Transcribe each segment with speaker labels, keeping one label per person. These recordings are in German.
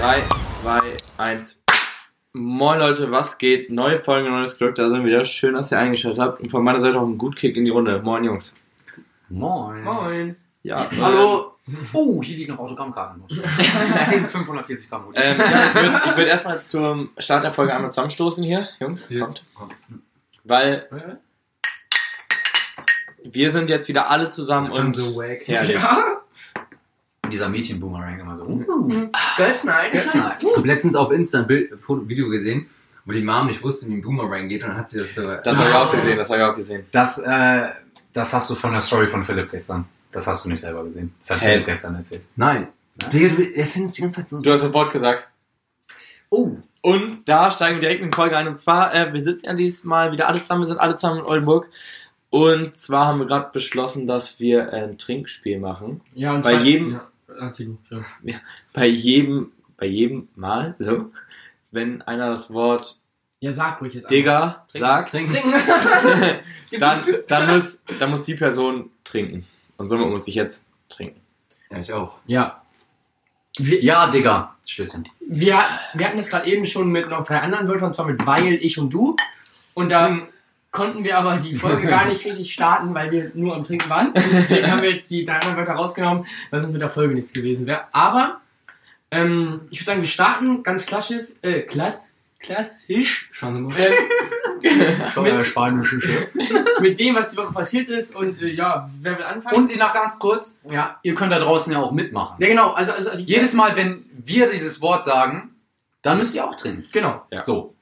Speaker 1: 3, 2, 1. Moin Leute, was geht? Neue Folge, neues Glück, da sind wir wieder. Schön, dass ihr eingeschaltet habt. Und von meiner Seite auch ein gut Kick in die Runde. Moin Jungs.
Speaker 2: Moin.
Speaker 1: Moin. Ja, ähm,
Speaker 2: Hallo. Oh, hier liegen noch Autogrammkarten. 10, 540 Gramm. Mutti.
Speaker 1: Ähm, ja, ich würde würd erstmal zum Start der Folge einmal zusammenstoßen hier, Jungs.
Speaker 3: Ja.
Speaker 1: Kommt. Weil wir sind jetzt wieder alle zusammen
Speaker 3: kam
Speaker 1: und.
Speaker 3: so wack.
Speaker 1: Ja, ja.
Speaker 4: Ja,
Speaker 2: Äh, Dieser Mädchenboomerang immer so. Uh,
Speaker 4: Girls Night.
Speaker 2: that's nice.
Speaker 3: Ich habe letztens auf Insta ein Bild, ein Video gesehen, wo die Mom nicht wusste, wie ein Boomerang geht und dann hat sie das so.
Speaker 1: Das habe ich auch gesehen, das habe ich auch gesehen.
Speaker 2: Das, äh, das hast du von der Story von Philipp gestern. Das hast du nicht selber gesehen. Das hat
Speaker 1: Hey.
Speaker 2: Philipp gestern erzählt.
Speaker 3: Nein. Digga, du, er findet es die ganze Zeit so.
Speaker 1: Du hast ein Wort gesagt.
Speaker 2: Oh,
Speaker 1: Und da steigen wir direkt in die Folge ein. Und zwar, äh, wir sitzen ja dieses Mal wieder alle zusammen, wir sind alle zusammen in Oldenburg. Und zwar haben wir gerade beschlossen, dass wir äh, ein Trinkspiel machen.
Speaker 4: Ja, und
Speaker 1: Bei
Speaker 4: zwar-
Speaker 1: jedem-
Speaker 4: Ja, ah, Tigo, ja.
Speaker 1: Bei jedem, bei jedem Mal, so, wenn einer das Wort
Speaker 4: ja, sag ruhig jetzt.
Speaker 1: Digger sagt,
Speaker 4: Trinken.
Speaker 1: dann, dann, muss, dann muss die Person trinken. Und somit muss ich jetzt trinken.
Speaker 3: Ja, ich auch.
Speaker 4: ja. Wir,
Speaker 2: ja, Digga. Stößchen.
Speaker 4: wir, wir hatten es gerade eben schon mit noch drei anderen Wörtern, und zwar mit weil, ich und du. Und dann konnten wir aber die Folge gar nicht richtig starten, weil wir nur am Trinken waren. Und deswegen haben wir jetzt die drei anderen Wörter rausgenommen, weil sonst mit der Folge nichts gewesen wäre. Aber ähm, ich würde sagen, wir starten ganz klassisch, äh, klass, klassisch.
Speaker 3: Schwanzmutter.
Speaker 4: Äh,
Speaker 2: Äh, spanische Schiff.
Speaker 4: mit dem, was die Woche passiert ist und äh, ja, wer will anfangen?
Speaker 2: Und noch ganz kurz,
Speaker 4: ja,
Speaker 2: ihr könnt da draußen ja auch mitmachen.
Speaker 4: ja genau, also, also, also
Speaker 2: Jedes Mal, wenn wir dieses Wort sagen, dann müsst ihr auch trinken.
Speaker 4: genau.
Speaker 1: Ja.
Speaker 2: So.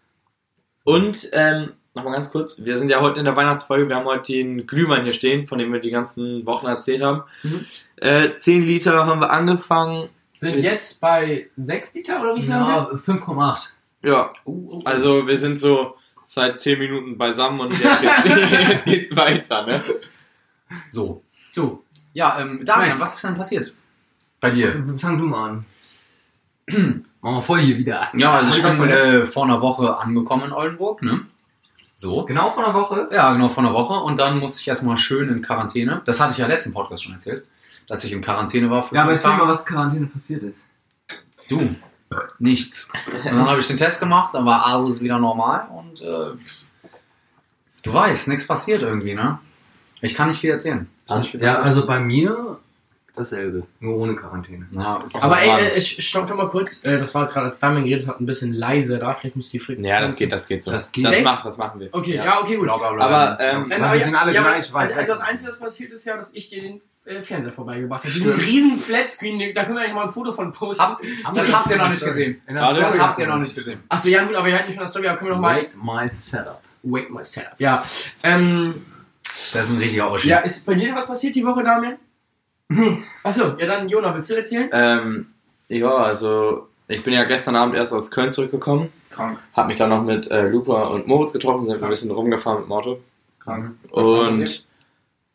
Speaker 1: Und ähm, nochmal ganz kurz, wir sind ja heute in der Weihnachtsfolge, wir haben heute den Glühwein hier stehen, von dem wir die ganzen Wochen erzählt haben.
Speaker 4: Mhm.
Speaker 1: Äh, 10 Liter haben wir angefangen.
Speaker 4: Sind jetzt bei 6 Liter oder wie viel haben wir?
Speaker 3: 5,8.
Speaker 1: Ja,
Speaker 4: Oh,
Speaker 2: Uh, uh,
Speaker 1: also wir sind so seit 10 Minuten beisammen und jetzt geht's, jetzt geht's weiter, ne?
Speaker 2: So.
Speaker 4: So,
Speaker 2: Ja, ähm, Damian, was ist denn passiert? Bei dir.
Speaker 3: Fang du mal an. Machen wir voll hier wieder.
Speaker 2: Ja, also ich
Speaker 3: Voll
Speaker 2: bin
Speaker 3: voll.
Speaker 2: äh, vor einer Woche angekommen in Oldenburg, ne? So.
Speaker 3: Genau vor einer Woche.
Speaker 2: Ja, genau, vor einer Woche. Und dann musste ich erstmal schön in Quarantäne. Das hatte ich ja letzten Podcast schon erzählt, dass ich in Quarantäne war. Für
Speaker 3: Ja, aber
Speaker 2: fünf
Speaker 3: erzähl
Speaker 2: Tage.
Speaker 3: mal, was Quarantäne passiert ist.
Speaker 2: Du, nichts. Und dann habe ich den Test gemacht, dann war alles wieder normal und äh, du weißt, nichts passiert irgendwie, ne? Ich kann nicht viel erzählen.
Speaker 3: Ja, also bei mir dasselbe. Nur ohne Quarantäne.
Speaker 2: Na, es-
Speaker 4: aber
Speaker 1: Mann.
Speaker 4: ey, äh, ich stopp doch mal kurz. Äh, das war jetzt gerade, als Damian geredet hat, ein bisschen leise da. Vielleicht muss die Frequenz.
Speaker 1: Ja, das geht, das geht so.
Speaker 3: Das geht.
Speaker 1: das,
Speaker 4: Echt?
Speaker 1: macht, das machen wir.
Speaker 4: Okay, ja,
Speaker 1: ja.
Speaker 4: okay, gut.
Speaker 2: bla, bla, bla.
Speaker 1: Aber ähm,
Speaker 4: Ähm,
Speaker 3: wir
Speaker 4: aber
Speaker 3: sind alle
Speaker 4: aber-
Speaker 3: gleich weit
Speaker 4: Also, also
Speaker 3: weg.
Speaker 4: das Einzige, was passiert ist ja, dass ich dir den äh, Fernseher vorbeigebracht habe. Diesen riesen Flatscreen, den- da können wir eigentlich mal ein Foto von posten.
Speaker 2: Hab- das habt ihr noch nicht gesehen.
Speaker 3: In
Speaker 1: Warte,
Speaker 2: Das
Speaker 3: Story
Speaker 2: habt ihr
Speaker 3: hat man
Speaker 2: noch nicht gesehen.
Speaker 4: Achso, ja gut, aber wir hatten nicht von der Story, aber können wir noch mal...
Speaker 3: Wait my setup.
Speaker 4: Wait my setup. Ja, ähm,
Speaker 2: Das ist ein richtiger Ausschnitt.
Speaker 4: ja, ist bei dir denn was passiert die Woche, Damian? Achso, ja dann, Jona, willst du erzählen?
Speaker 1: Ähm, ja, also ich bin ja gestern Abend erst aus Köln zurückgekommen.
Speaker 4: Krank.
Speaker 1: Hab mich dann noch mit äh, Luca und Moritz getroffen, sind ein bisschen rumgefahren mit dem Auto.
Speaker 4: Krank. Was ist da
Speaker 1: Und
Speaker 4: passiert?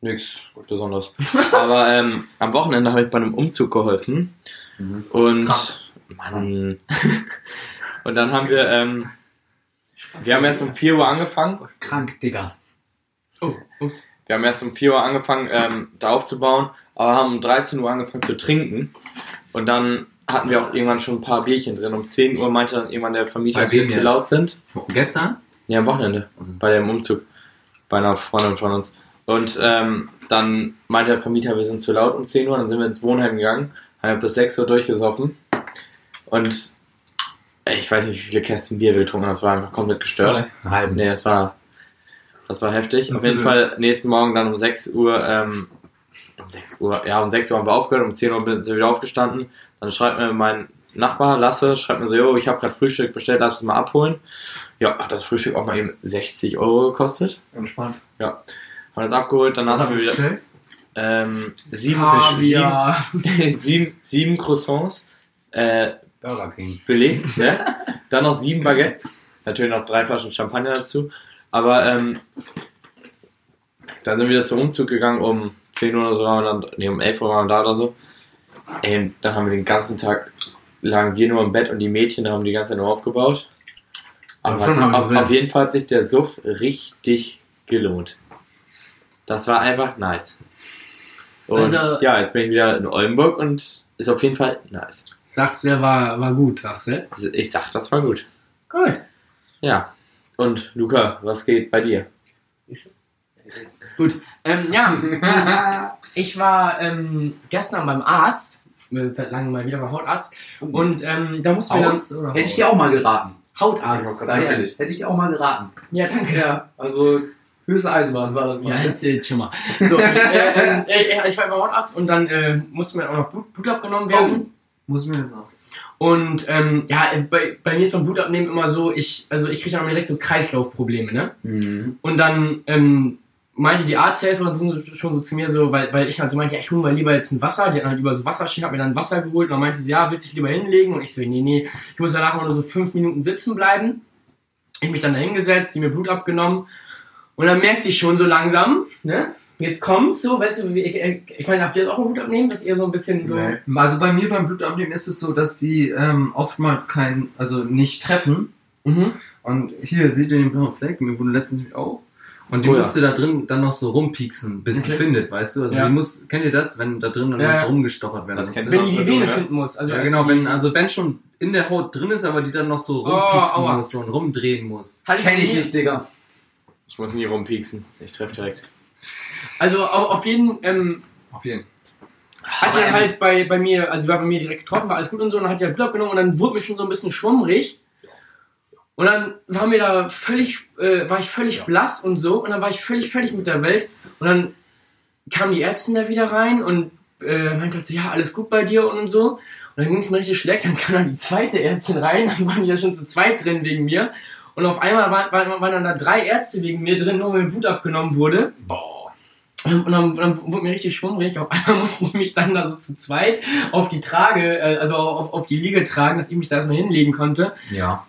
Speaker 1: nix Besonderes. Aber ähm, am Wochenende habe ich bei einem Umzug geholfen.
Speaker 2: Mhm.
Speaker 1: Und
Speaker 2: Krank.
Speaker 1: Mann. und dann haben wir, ähm, wir haben erst um 4 Uhr angefangen.
Speaker 2: Krank, Digga.
Speaker 4: Oh, ups.
Speaker 1: Wir haben erst um 4 Uhr angefangen, ähm, da aufzubauen, aber haben um 13 Uhr angefangen zu trinken. Und dann hatten wir auch irgendwann schon ein paar Bierchen drin. Um 10 Uhr meinte dann irgendwann der Vermieter,
Speaker 3: Bei
Speaker 1: dass wir
Speaker 3: wem
Speaker 1: zu
Speaker 3: jetzt?
Speaker 1: laut sind.
Speaker 3: Gestern?
Speaker 1: Ja, am Wochenende. Bei dem Umzug. Bei einer Freundin von uns. Und ähm, dann meinte der Vermieter, wir sind zu laut um 10 Uhr. Dann sind wir ins Wohnheim gegangen. Haben wir bis 6 Uhr durchgesoffen. Und ey, ich weiß nicht, wie viele Kästen Bier wir getrunken haben. Das war einfach komplett gestört.
Speaker 2: Einen halben.
Speaker 1: Nee, das war, das war heftig. Auf jeden
Speaker 3: Mhm.
Speaker 1: Fall nächsten Morgen dann um 6 Uhr, ähm, um 6 Uhr, ja, um 6 Uhr haben wir aufgehört, um 10 Uhr bin- sind wir wieder aufgestanden. Dann schreibt mir mein Nachbar, Lasse, schreibt mir so, yo, ich habe gerade Frühstück bestellt, lass es mal abholen. Ja, hat das Frühstück auch mal eben 60 Euro gekostet.
Speaker 3: Entspannt.
Speaker 1: Haben das abgeholt, danach sind
Speaker 3: Was haben
Speaker 1: wir
Speaker 3: wir
Speaker 1: wieder
Speaker 3: bestellt?
Speaker 1: ähm, sieben, sieben,
Speaker 4: Kaviar.
Speaker 1: sieben, sieben Croissants äh,
Speaker 2: Burger King.
Speaker 1: belegt, ne? Dann noch sieben Baguettes, natürlich noch drei Flaschen Champagner dazu. Aber ähm, dann sind wir wieder zum Umzug gegangen, um 10 Uhr oder so waren wir dann, nee, um 11 Uhr waren wir da oder so. Ey, und dann haben wir den ganzen Tag lagen wir nur im Bett und die Mädchen haben die ganze Zeit nur aufgebaut. Aber
Speaker 2: Ja, schon
Speaker 1: hat,
Speaker 2: haben wir
Speaker 1: auf,
Speaker 2: gesehen.
Speaker 1: auf jeden Fall hat sich der Suff richtig gelohnt. Das war einfach nice. Und
Speaker 4: Also-
Speaker 1: ja, jetzt bin ich wieder in Oldenburg und ist auf jeden Fall nice.
Speaker 5: Sagst du, der war, war gut, sagst du?
Speaker 1: Also Ich sag, das war gut.
Speaker 4: Gut.
Speaker 1: Ja. Und Luca, was geht bei dir?
Speaker 4: Ähm, ja, ich war ähm, gestern beim Arzt, mir fällt lange mal wieder beim Hautarzt,
Speaker 5: Oh.
Speaker 4: und ähm, da mussten wir dann...
Speaker 3: Haus oder
Speaker 2: Hätte ich dir auch mal geraten.
Speaker 4: Hautarzt.
Speaker 2: Sei ehrlich, hätte ich dir auch mal geraten.
Speaker 4: Ja, danke.
Speaker 2: Ja, also höchste Eisenbahn war das
Speaker 4: Ja, erzählt schon mal. So, äh, äh, ich war beim Hautarzt und dann äh, musste mir auch noch Blut, Blut abgenommen werden.
Speaker 5: Muss mir jetzt auch.
Speaker 4: Und ähm, ja, äh, bei, bei mir ist beim Blut abnehmen immer so, ich, also ich kriege dann direkt so Kreislaufprobleme, ne?
Speaker 2: Mhm.
Speaker 4: Und dann ähm, meinte die Arzthelferin so- schon so zu mir so, weil, weil ich halt so meinte, ja, ich hole mal lieber jetzt ein Wasser. Die hat halt über so Wasser stehen, hat mir dann Wasser geholt und dann meinte sie, ja, willst du dich lieber hinlegen? Und ich so, nee, nee, ich muss danach immer nur so fünf Minuten sitzen bleiben. Ich mich dann da hingesetzt, sie mir Blut abgenommen und dann merkte ich schon so langsam, ne? Jetzt kommt's so, weißt du, wie- ich, ich, ich meine, habt ihr das auch mal Blut abnehmen, dass ihr so ein bisschen so...
Speaker 5: Nee. Also bei mir beim Blutabnehmen ist es so, dass sie ähm, oftmals kein, also nicht treffen.
Speaker 4: Mhm.
Speaker 5: Und hier seht ihr den blauen Fleck, mir wurde letztens nämlich auch. Und die
Speaker 1: Oh ja.
Speaker 5: musste da drin dann noch so rumpieksen, bis sie
Speaker 4: Okay.
Speaker 5: findet, weißt du? Also
Speaker 4: Ja.
Speaker 5: die muss, kennt ihr das, wenn da drin dann
Speaker 4: Ja,
Speaker 5: was
Speaker 4: ja.
Speaker 5: rumgestochert werden
Speaker 1: Das
Speaker 5: muss?
Speaker 1: kennst
Speaker 4: Wenn
Speaker 1: auch
Speaker 4: die
Speaker 1: so
Speaker 4: die Vene
Speaker 1: dumm, ne?
Speaker 4: finden muss. Also
Speaker 5: ja, genau,
Speaker 4: die-
Speaker 5: wenn, also wenn schon in der Haut drin ist, aber die dann noch so
Speaker 4: Oh,
Speaker 5: rumpieksen
Speaker 4: aua.
Speaker 5: muss so und rumdrehen muss.
Speaker 4: Hatte
Speaker 2: Kenn ich
Speaker 4: nie.
Speaker 2: nicht, Digga.
Speaker 1: Ich muss nie rumpieksen. Ich treffe direkt.
Speaker 4: Also auf, auf jeden ähm,
Speaker 5: Auf jeden Fall.
Speaker 4: Hat
Speaker 2: Aber,
Speaker 4: ja
Speaker 2: ähm,
Speaker 4: halt bei, bei mir, also sie war bei mir direkt getroffen, war alles gut und so, und dann hat ja Blut abgenommen und dann wurde mir schon so ein bisschen schwummrig. Und dann war mir da völlig, äh, war ich völlig blass und so, und dann war ich völlig fertig mit der Welt. Und dann kamen die Ärzte da wieder rein und äh, meinte halt so, ja, alles gut bei dir und, und so. Und dann ging es mir richtig schlecht, dann kam dann die zweite Ärztin rein, dann waren die ja schon zu zweit drin wegen mir. Und auf einmal waren, waren, waren dann da drei Ärzte wegen mir drin, nur weil mir Blut abgenommen wurde.
Speaker 2: Boah.
Speaker 4: Und dann, dann wurde mir richtig schwummrig. Auf einmal mussten die mich dann da so zu zweit auf die Trage, äh, also auf, auf die Liege tragen, dass ich mich da erstmal hinlegen konnte.
Speaker 2: Ja.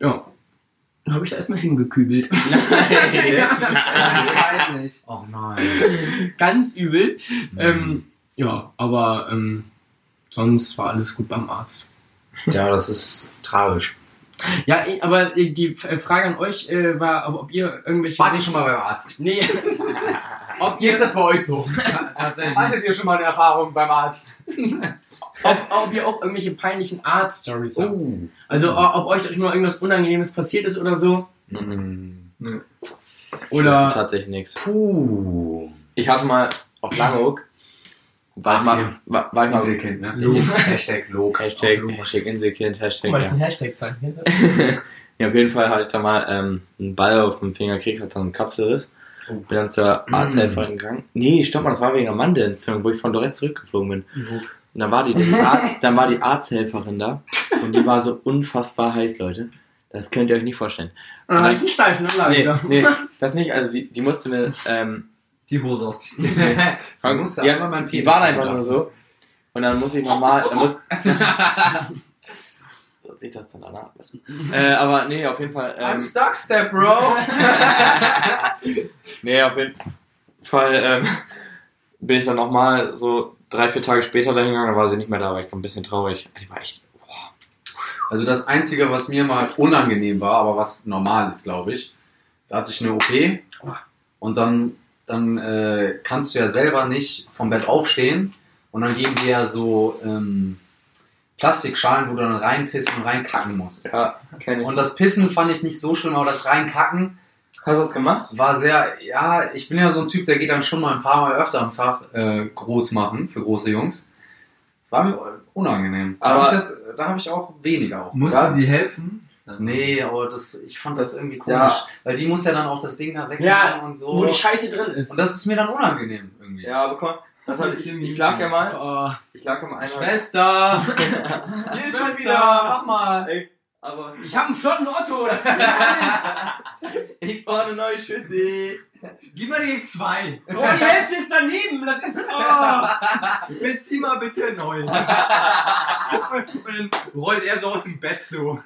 Speaker 4: Ja. Dann habe ich da erstmal hingekübelt.
Speaker 5: Ich weiß nicht.
Speaker 2: Oh nein.
Speaker 4: Ganz übel.
Speaker 2: Mhm.
Speaker 4: Ähm, ja, aber ähm, sonst war alles gut beim Arzt.
Speaker 2: Ja, das ist tragisch.
Speaker 4: Ja, eh, aber äh, die F- äh, Frage an euch äh, war, ob, ob ihr irgendwelche.
Speaker 2: Wart ihr schon mal beim Arzt?
Speaker 4: Nee. ob,
Speaker 2: Wie
Speaker 4: ihr,
Speaker 2: ist das bei euch so?
Speaker 5: Ta- Tatsächlich.
Speaker 2: Hattet ihr schon mal eine Erfahrung beim Arzt?
Speaker 4: ob, ob ihr auch irgendwelche peinlichen Arzt-Stories habt?
Speaker 2: Oh.
Speaker 4: Also, o- ob euch da schon mal irgendwas Unangenehmes passiert ist oder so?
Speaker 1: Mhm. Ich wusste
Speaker 4: Oder.
Speaker 1: tatsächlich nichts.
Speaker 2: Puh.
Speaker 1: Ich hatte mal auf Langeoog. War ich mal. War, war ich mal
Speaker 2: Inselkind, ne?
Speaker 1: Lob.
Speaker 2: Hashtag Log.
Speaker 1: Hashtag,
Speaker 2: Auf Log.
Speaker 1: Hashtag Inselkind, Hashtag.
Speaker 4: Guck mal, das ist
Speaker 1: Ja.
Speaker 4: ein Hashtag-Zeichen.
Speaker 1: ja, auf jeden Fall hatte ich da mal ähm, einen Ball auf dem Finger gekriegt, hatte dann einen Kapselriss.
Speaker 2: Oh.
Speaker 1: Bin dann zur Arzthelferin gegangen. Nee, stopp mal, das war wegen einer Mandelentzündung, wo ich von Dorett zurückgeflogen bin.
Speaker 2: Mhm.
Speaker 1: Und dann war die, die Ar- dann war die Arzthelferin da und die war so unfassbar heiß, Leute. Das könnt ihr euch nicht vorstellen.
Speaker 4: Und dann habe ich einen steifen Anlage
Speaker 1: Nee,
Speaker 2: genau.
Speaker 4: wieder.
Speaker 1: nee, das nicht. Also die, die musste eine, ähm,
Speaker 5: Die Hose ausziehen.
Speaker 2: Man
Speaker 1: die,
Speaker 2: muss da
Speaker 1: hat-
Speaker 2: einfach mal einen
Speaker 1: die
Speaker 2: Penis
Speaker 1: war einfach
Speaker 2: reinlassen.
Speaker 1: nur so. Und dann muss ich normal. Dann muss, so sieht das dann danach besser. Äh, aber nee, auf jeden Fall.
Speaker 2: I'm
Speaker 1: Ähm,
Speaker 2: stuck, Step Bro.
Speaker 1: nee, auf jeden Fall ähm, bin ich dann nochmal so drei, vier Tage später dahin gegangen. Da war sie nicht mehr da, war ich ein bisschen traurig. Ich war echt.
Speaker 2: Also das Einzige, was mir mal unangenehm war, aber was normal ist, glaube ich, da hatte ich eine OP und dann, dann äh, kannst du ja selber nicht vom Bett aufstehen und dann geben dir ja so ähm, Plastikschalen, wo du dann reinpissen und reinkacken musst.
Speaker 1: Ja, kenn
Speaker 2: Und das Pissen fand ich nicht so schlimm, aber das Reinkacken
Speaker 1: Hast du das gemacht?
Speaker 2: war sehr, ja, ich bin ja so ein Typ, der geht dann schon mal ein paar Mal öfter am Tag äh, groß machen für große Jungs. Das war mir unangenehm. Da
Speaker 1: Aber-
Speaker 2: habe ich, das- da hab ich auch weniger auf.
Speaker 5: Musste
Speaker 1: Ja.
Speaker 5: sie helfen?
Speaker 2: Nee, aber das, ich fand das irgendwie komisch.
Speaker 1: ja.
Speaker 2: Weil die muss ja dann auch das Ding da wegnehmen
Speaker 4: Ja,
Speaker 2: und so.
Speaker 4: Wo die Scheiße drin ist.
Speaker 2: und das ist mir dann unangenehm irgendwie.
Speaker 1: Ja, aber komm. Das hab ich, ich lag ja mal.
Speaker 4: Oh,
Speaker 1: Ich lag ja mal einmal.
Speaker 5: Schwester!
Speaker 2: Hier
Speaker 5: ist schon wieder,
Speaker 2: mach mal.
Speaker 1: Aber was
Speaker 4: ich habe einen flotten Otto.
Speaker 1: Ich brauche eine neue Schüssel.
Speaker 2: Gib mal die zwei.
Speaker 4: Oh, die Hälfte ist daneben. Das ist. Oh.
Speaker 5: Bezieh mal bitte ein neues. Und dann rollt er so aus dem Bett so.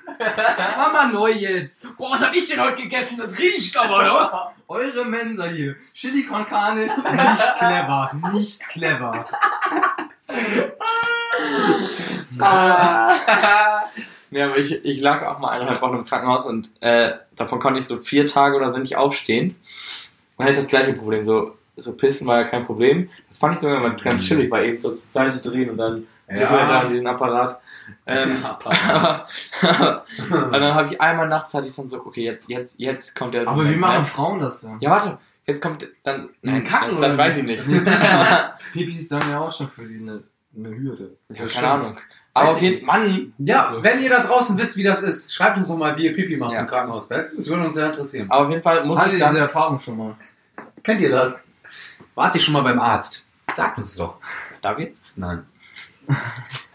Speaker 5: Mama neu jetzt.
Speaker 4: Boah, was hab ich denn heute gegessen? Das riecht aber, ne?
Speaker 5: Eure Mensa hier. Chili con carne. Nicht clever. Nicht clever.
Speaker 1: Nee, aber ich, ich lag auch mal eineinhalb Wochen im Krankenhaus und äh, davon konnte ich so vier Tage oder so nicht aufstehen. Und halt das gleiche Mhm. Problem. So, so pissen war ja kein Problem. Das fand ich sogar mal ganz chillig, weil eben so zur Seite drehen und dann überall da diesen Apparat. Ähm,
Speaker 2: ja, Papa.
Speaker 1: aber, und dann habe ich einmal nachts hatte ich dann so, okay, jetzt, jetzt, jetzt kommt der.
Speaker 4: Aber wie
Speaker 1: Moment,
Speaker 4: machen
Speaker 1: ne?
Speaker 4: Frauen das denn?
Speaker 1: Ja, warte, jetzt kommt dann. Nein, das,
Speaker 4: Kacken
Speaker 1: das
Speaker 4: oder
Speaker 1: weiß
Speaker 4: wie?
Speaker 1: ich nicht.
Speaker 3: Pipis sagen ja auch schon für die eine, eine Hürde.
Speaker 1: Ja,
Speaker 2: stimmt.
Speaker 1: keine Ahnung. Aber
Speaker 2: Weiß
Speaker 1: auf jeden Mann,
Speaker 2: ja, wenn ihr da draußen wisst, wie das ist, schreibt uns doch mal, wie ihr Pipi macht
Speaker 1: Ja.
Speaker 2: im Krankenhausbett. Das würde uns sehr interessieren.
Speaker 1: aber auf jeden Fall muss
Speaker 3: Hatte
Speaker 1: ich
Speaker 3: diese
Speaker 1: dann.
Speaker 3: Erfahrung schon mal?
Speaker 2: Kennt ihr das? Wart ihr schon mal beim Arzt? Sagt uns es doch.
Speaker 1: Darf ich jetzt?
Speaker 2: Nein.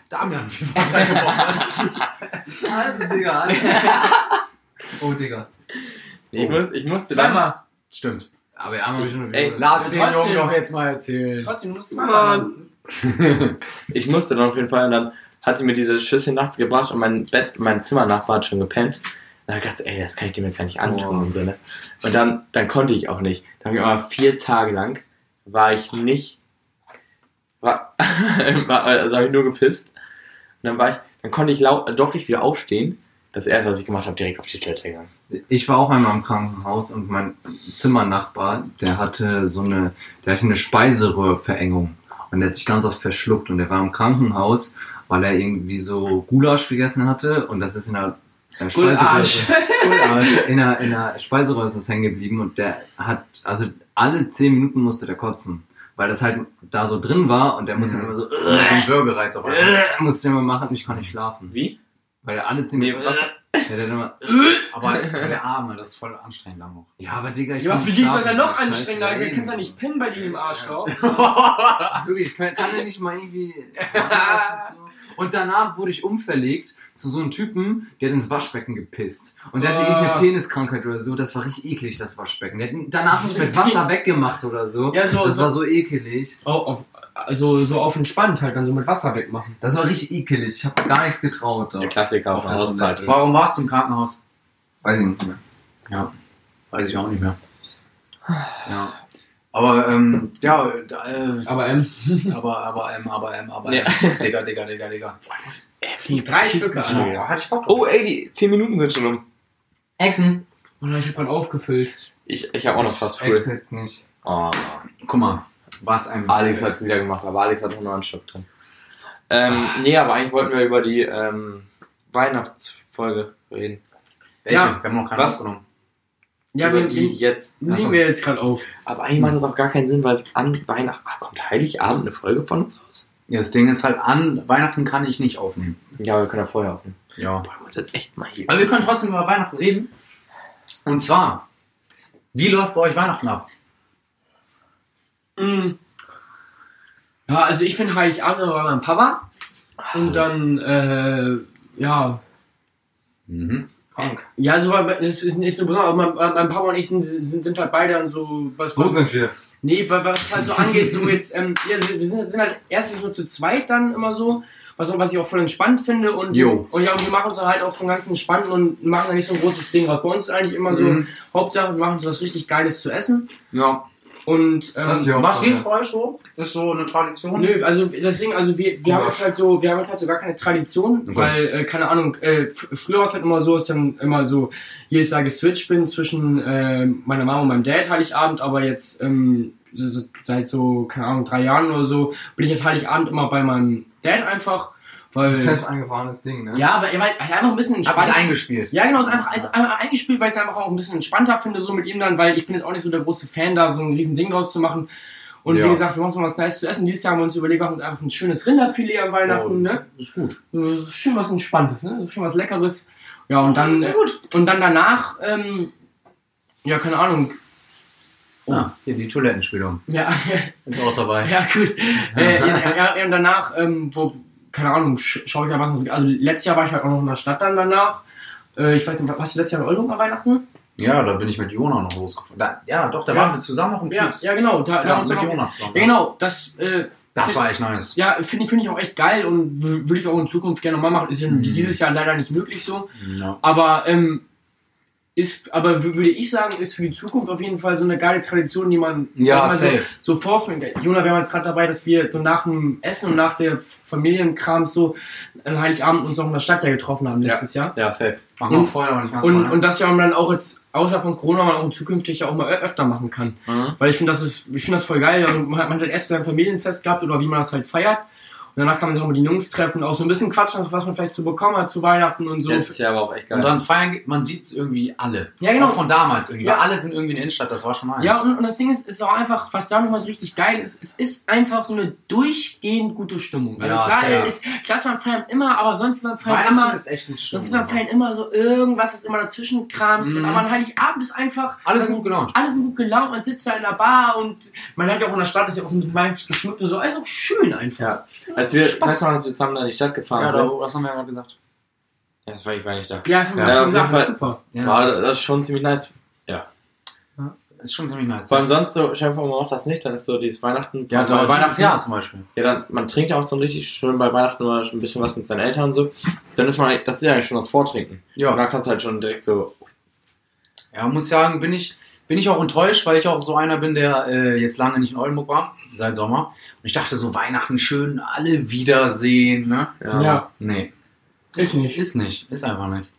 Speaker 4: Damian, wie
Speaker 3: Also, Digga, Oh, Digga.
Speaker 1: Nee, ich, muss, ich musste
Speaker 4: Sag
Speaker 1: dann.
Speaker 4: mal.
Speaker 2: Stimmt.
Speaker 3: Aber ja, mal schon
Speaker 1: Ey,
Speaker 2: Lass den
Speaker 4: Trotzdem.
Speaker 2: Jungen doch jetzt mal erzählen.
Speaker 4: Trotzdem, du musst es
Speaker 5: Mann.
Speaker 4: machen.
Speaker 1: Ich musste dann auf jeden Fall und dann hat sie mir diese Schüsseln nachts gebracht und mein Bett, mein Zimmernachbar hat schon gepennt. Und dann dachte ich, ey, das kann ich dem jetzt ja nicht antun und so, ne? Und dann, dann konnte ich auch nicht. Dann habe ich aber vier Tage lang war ich nicht. War, war, also habe ich nur gepisst. Und dann war ich, dann konnte ich lau durfte ich wieder aufstehen. Das erste, was ich gemacht habe, direkt auf die Toilette gegangen.
Speaker 3: Ich war auch einmal im Krankenhaus und mein Zimmernachbar, der hatte so eine, der hatte eine Speiseröhrverengung. Und der hat sich ganz oft verschluckt und der war im Krankenhaus, weil er irgendwie so Gulasch gegessen hatte und das ist in der, der
Speaker 4: Gulasch.
Speaker 3: Gulasch. In der, in der Speiseröhre ist das hängen geblieben und der hat, also alle zehn Minuten musste der kotzen, weil das halt da so drin war und der musste
Speaker 2: Mhm.
Speaker 3: immer so, äh,
Speaker 2: Ein Würgereiz auf einmal.
Speaker 3: musste immer machen und ich kann nicht schlafen.
Speaker 1: Wie?
Speaker 3: Weil er alle zehn
Speaker 1: Nee,
Speaker 3: Minuten,
Speaker 1: was?
Speaker 3: der hat immer,
Speaker 2: Aber der Arme, das ist voll anstrengend dann noch.
Speaker 3: ja, aber Digga, ich
Speaker 4: Ja, aber
Speaker 3: kann
Speaker 4: für
Speaker 3: nicht
Speaker 4: dich ist das ja
Speaker 3: schlafen.
Speaker 4: noch
Speaker 3: Scheiße,
Speaker 4: anstrengender.
Speaker 3: ey.
Speaker 4: Du kannst ja nicht pennen bei dir im Arschloch.
Speaker 3: Wirklich, kann, kann er nicht mal irgendwie. Und danach wurde ich umverlegt zu so einem Typen, der hat ins Waschbecken gepisst. Und der hatte
Speaker 4: Ah.
Speaker 3: irgendeine Peniskrankheit oder so. Das war richtig eklig, das Waschbecken. Der hat danach nicht mit Wasser weggemacht oder so.
Speaker 4: Ja, so,
Speaker 3: Das war
Speaker 4: so,
Speaker 3: so ekelig.
Speaker 4: oh, auf, also, so auf entspannt halt, dann so mit Wasser wegmachen.
Speaker 3: Das war richtig ekelig. Ich habe gar nichts getraut.
Speaker 1: Der Klassiker auf
Speaker 3: Auf
Speaker 1: der
Speaker 3: der
Speaker 1: Hausparty.
Speaker 2: Warum warst du im Krankenhaus?
Speaker 3: Weiß ich nicht mehr.
Speaker 2: Weiß ich auch nicht mehr. Ja. Aber, ähm, ja, äh,
Speaker 4: Aber, ähm,
Speaker 2: aber, aber, ähm, aber, ähm, aber,
Speaker 1: Ja.
Speaker 2: ähm, Digga, Digga, Digga, Digga.
Speaker 4: drei Stück.
Speaker 1: Ja.
Speaker 4: Alter. Hatte ich Bock drauf.
Speaker 1: Oh, ey, die 10 Minuten sind schon um.
Speaker 2: Echsen.
Speaker 4: Mann, Oh, Ich hab grad aufgefüllt.
Speaker 1: Ich, ich habe auch noch fast
Speaker 3: Ich
Speaker 1: früh.
Speaker 3: ex jetzt nicht.
Speaker 1: Oh.
Speaker 2: Guck mal, was ein.
Speaker 1: Alex hat wieder gemacht, aber Alex hat auch noch einen Schock drin. Ähm, nee, aber eigentlich wollten wir über die ähm, Weihnachtsfolge reden.
Speaker 2: Welche?
Speaker 4: Ja.
Speaker 2: Wir haben noch keine
Speaker 1: Was?
Speaker 2: aufgenommen.
Speaker 4: Ja,
Speaker 1: über
Speaker 4: wir
Speaker 1: die
Speaker 4: die
Speaker 1: jetzt.
Speaker 2: Achso.
Speaker 4: nehmen wir jetzt gerade auf.
Speaker 1: Aber eigentlich macht das auch gar keinen Sinn, weil an Weihnachten ah, kommt Heiligabend eine Folge von uns raus.
Speaker 2: Ja, das Ding ist halt, an Weihnachten kann ich nicht aufnehmen.
Speaker 1: Ja, wir können ja vorher aufnehmen.
Speaker 2: Ja.
Speaker 1: Wollen wir uns jetzt echt mal hier.
Speaker 2: Aber wir können trotzdem über Weihnachten reden. Und zwar, wie läuft bei euch Weihnachten ab?
Speaker 4: Mm. Ja, also ich bin Heiligabend noch bei meinem Papa. Und dann, äh, ja,
Speaker 2: Mhm.
Speaker 4: krank. Ja, so, aber es ist nicht so besonders. aber Mein, mein Papa und ich sind, sind, sind halt beide dann so, was, was
Speaker 3: sind wir.
Speaker 4: Nee, wa- was halt so angeht, so jetzt, ähm, ja, wir sind- sind halt erstens nur zu zweit dann immer so, was, auch- was ich auch voll entspannt finde und,
Speaker 2: Jo.
Speaker 4: und ja, und wir machen uns dann halt auch so ganz entspannt und machen da nicht so ein großes Ding raus. Bei uns ist eigentlich immer so,
Speaker 2: Mhm.
Speaker 4: Hauptsache wir machen so was richtig Geiles zu essen
Speaker 2: Ja.
Speaker 4: und, ähm,
Speaker 3: Das ja auch.
Speaker 2: Was gibt's bei euch so? Ist so eine Tradition?
Speaker 4: Nö, also deswegen, also wir, wir haben jetzt halt so, wir haben jetzt halt so gar keine Tradition,
Speaker 2: Okay.
Speaker 4: weil, äh, keine Ahnung, äh, fr- früher war es halt immer so, dass ich dann immer so jedes Jahr geswitcht bin zwischen äh, meiner Mama und meinem Dad Heiligabend, aber jetzt ähm, so, so, seit so, keine Ahnung, drei Jahren oder so, bin ich halt Heiligabend immer bei meinem Dad einfach, weil.
Speaker 3: Fest eingefahrenes Ding, ne?
Speaker 4: Ja, weil, weil, weil einfach ein bisschen
Speaker 2: Hat sich
Speaker 4: entspannter.
Speaker 2: eingespielt.
Speaker 4: Ja, genau, ist einfach ist einfach eingespielt, weil ich es einfach auch ein bisschen entspannter finde, so mit ihm dann, weil ich bin jetzt auch nicht so der große Fan, da so ein riesen Ding draus zu machen. Und
Speaker 2: Ja.
Speaker 4: wie gesagt, wir machen uns mal was Nice zu essen. Dieses Jahr haben wir uns überlegt, machen uns einfach ein schönes Rinderfilet an Weihnachten, ne?
Speaker 2: Ist gut.
Speaker 4: So Schön was Entspanntes, ne? So Schön was Leckeres. Ja, und dann,
Speaker 2: Ist gut.
Speaker 4: und dann danach, ähm, ja, keine Ahnung.
Speaker 3: Oh,
Speaker 2: Ah, hier die
Speaker 3: um.
Speaker 2: Toilettenspülung.
Speaker 4: Ja,
Speaker 2: Ist auch dabei.
Speaker 4: ja gut. Äh, ja, ja, ja, ja, und danach, ähm, wo, keine Ahnung, sch schaue ich ja was. Also, letztes Jahr war ich halt auch noch in der Stadt dann danach. Äh, ich weiß nicht, warst du letztes Jahr in Oldenburg an Weihnachten?
Speaker 2: Ja, da bin ich mit Jona noch losgefahren. Da, ja, doch, da
Speaker 4: Ja.
Speaker 2: waren wir zusammen noch im
Speaker 4: Ja,
Speaker 2: Clubs.
Speaker 4: ja genau. Da, da
Speaker 2: Ja, mit
Speaker 4: haben wir uns auch, ja,
Speaker 2: Jonas zusammen.
Speaker 4: genau, das äh,
Speaker 2: Das war echt nice.
Speaker 4: ja, finde ich- finde ich auch echt geil und w- würde ich auch in Zukunft gerne nochmal machen. Ist ja
Speaker 2: Mhm.
Speaker 4: dieses Jahr leider nicht möglich so.
Speaker 2: Ja.
Speaker 4: Aber, ähm, ist, aber w- würde ich sagen, ist für die Zukunft auf jeden Fall so eine geile Tradition, die man
Speaker 2: Ja,
Speaker 4: sag mal,
Speaker 2: safe.
Speaker 4: so, so vorführen kann. Jona, wir haben jetzt gerade dabei, dass wir so nach dem Essen und nach der Familienkram so an Heiligabend uns auch in der Stadt ja getroffen haben letztes Jahr.
Speaker 1: Ja, safe.
Speaker 2: Machen wir vorher aber nicht ganz
Speaker 4: Und,
Speaker 2: mal, ne?
Speaker 4: und das ja man dann auch jetzt außerhalb von Corona man auch zukünftig ja auch mal ö- öfter machen kann.
Speaker 1: Mhm.
Speaker 4: Weil ich finde, das ist, ich finde das voll geil. Man hat man hat halt erst so ein Familienfest gehabt oder wie man das halt feiert. Und danach kann man sich auch mit den Jungs treffen, auch so ein bisschen quatschen, was man vielleicht zu bekommen hat zu Weihnachten und so.
Speaker 1: Letztes Jahr war auch echt geil.
Speaker 2: Und dann feiern, geht- man sieht es irgendwie alle.
Speaker 4: Ja, genau.
Speaker 2: Auch von damals irgendwie.
Speaker 4: Ja.
Speaker 2: Alle sind irgendwie in der Innenstadt, das war schon mal
Speaker 4: Ja, und, und das Ding ist, ist auch einfach, was da nochmal so richtig geil ist, es ist einfach so eine durchgehend gute Stimmung. Also
Speaker 2: Ja,
Speaker 4: klar,
Speaker 2: sehr.
Speaker 4: ist, klar ist man feiern immer, aber sonst man feiern
Speaker 2: Weihnachten
Speaker 4: immer,
Speaker 2: ist echt gut
Speaker 4: sonst ist man feiern immer so irgendwas, ist immer dazwischen kramst.
Speaker 2: Mhm.
Speaker 4: Aber an Heiligabend ist einfach,
Speaker 2: Alles
Speaker 4: also,
Speaker 2: gut genau. gelaunt.
Speaker 4: alle sind gut gelaunt, man sitzt da in der Bar und man hat ja auch in der Stadt, ist ja auch ein bisschen weihnachtlich geschmückt und so, also schön einfach.
Speaker 1: Ja. Als wir,
Speaker 4: Spaß.
Speaker 1: weißt du, noch, als wir zusammen da in die Stadt gefahren
Speaker 2: Ja, da,
Speaker 1: sind,
Speaker 2: das haben wir ja gerade gesagt.
Speaker 1: ja, das war, ich war nicht da.
Speaker 4: Ja, das haben wir
Speaker 1: Ja,
Speaker 4: schon
Speaker 1: auf jeden
Speaker 4: gesagt,
Speaker 1: Fall.
Speaker 4: das ist super.
Speaker 2: Ja,
Speaker 1: War, das ist schon ziemlich nice.
Speaker 2: ist schon ziemlich nice.
Speaker 1: Vor allem sonst so, scheinbar man macht das nicht, dann ist so dieses Weihnachten.
Speaker 2: ja,
Speaker 1: bei
Speaker 2: da dieses
Speaker 1: Weihnachten.
Speaker 2: Jahr zum Beispiel.
Speaker 1: Ja, dann, man trinkt ja auch so richtig schön bei Weihnachten mal ein bisschen was mit seinen Eltern und so. Dann ist man, das ist ja eigentlich schon das Vortrinken. Und
Speaker 2: Ja.
Speaker 1: dann kannst du halt schon direkt so,
Speaker 2: Ja, muss sagen, bin ich, bin ich auch enttäuscht, weil ich auch so einer bin, der äh, jetzt lange nicht in Oldenburg war, seit Sommer. Und ich dachte so, Weihnachten schön, alle wiedersehen, ne?
Speaker 1: ja.
Speaker 2: Nee,
Speaker 4: ist nicht.
Speaker 2: ist nicht. Ist einfach nicht.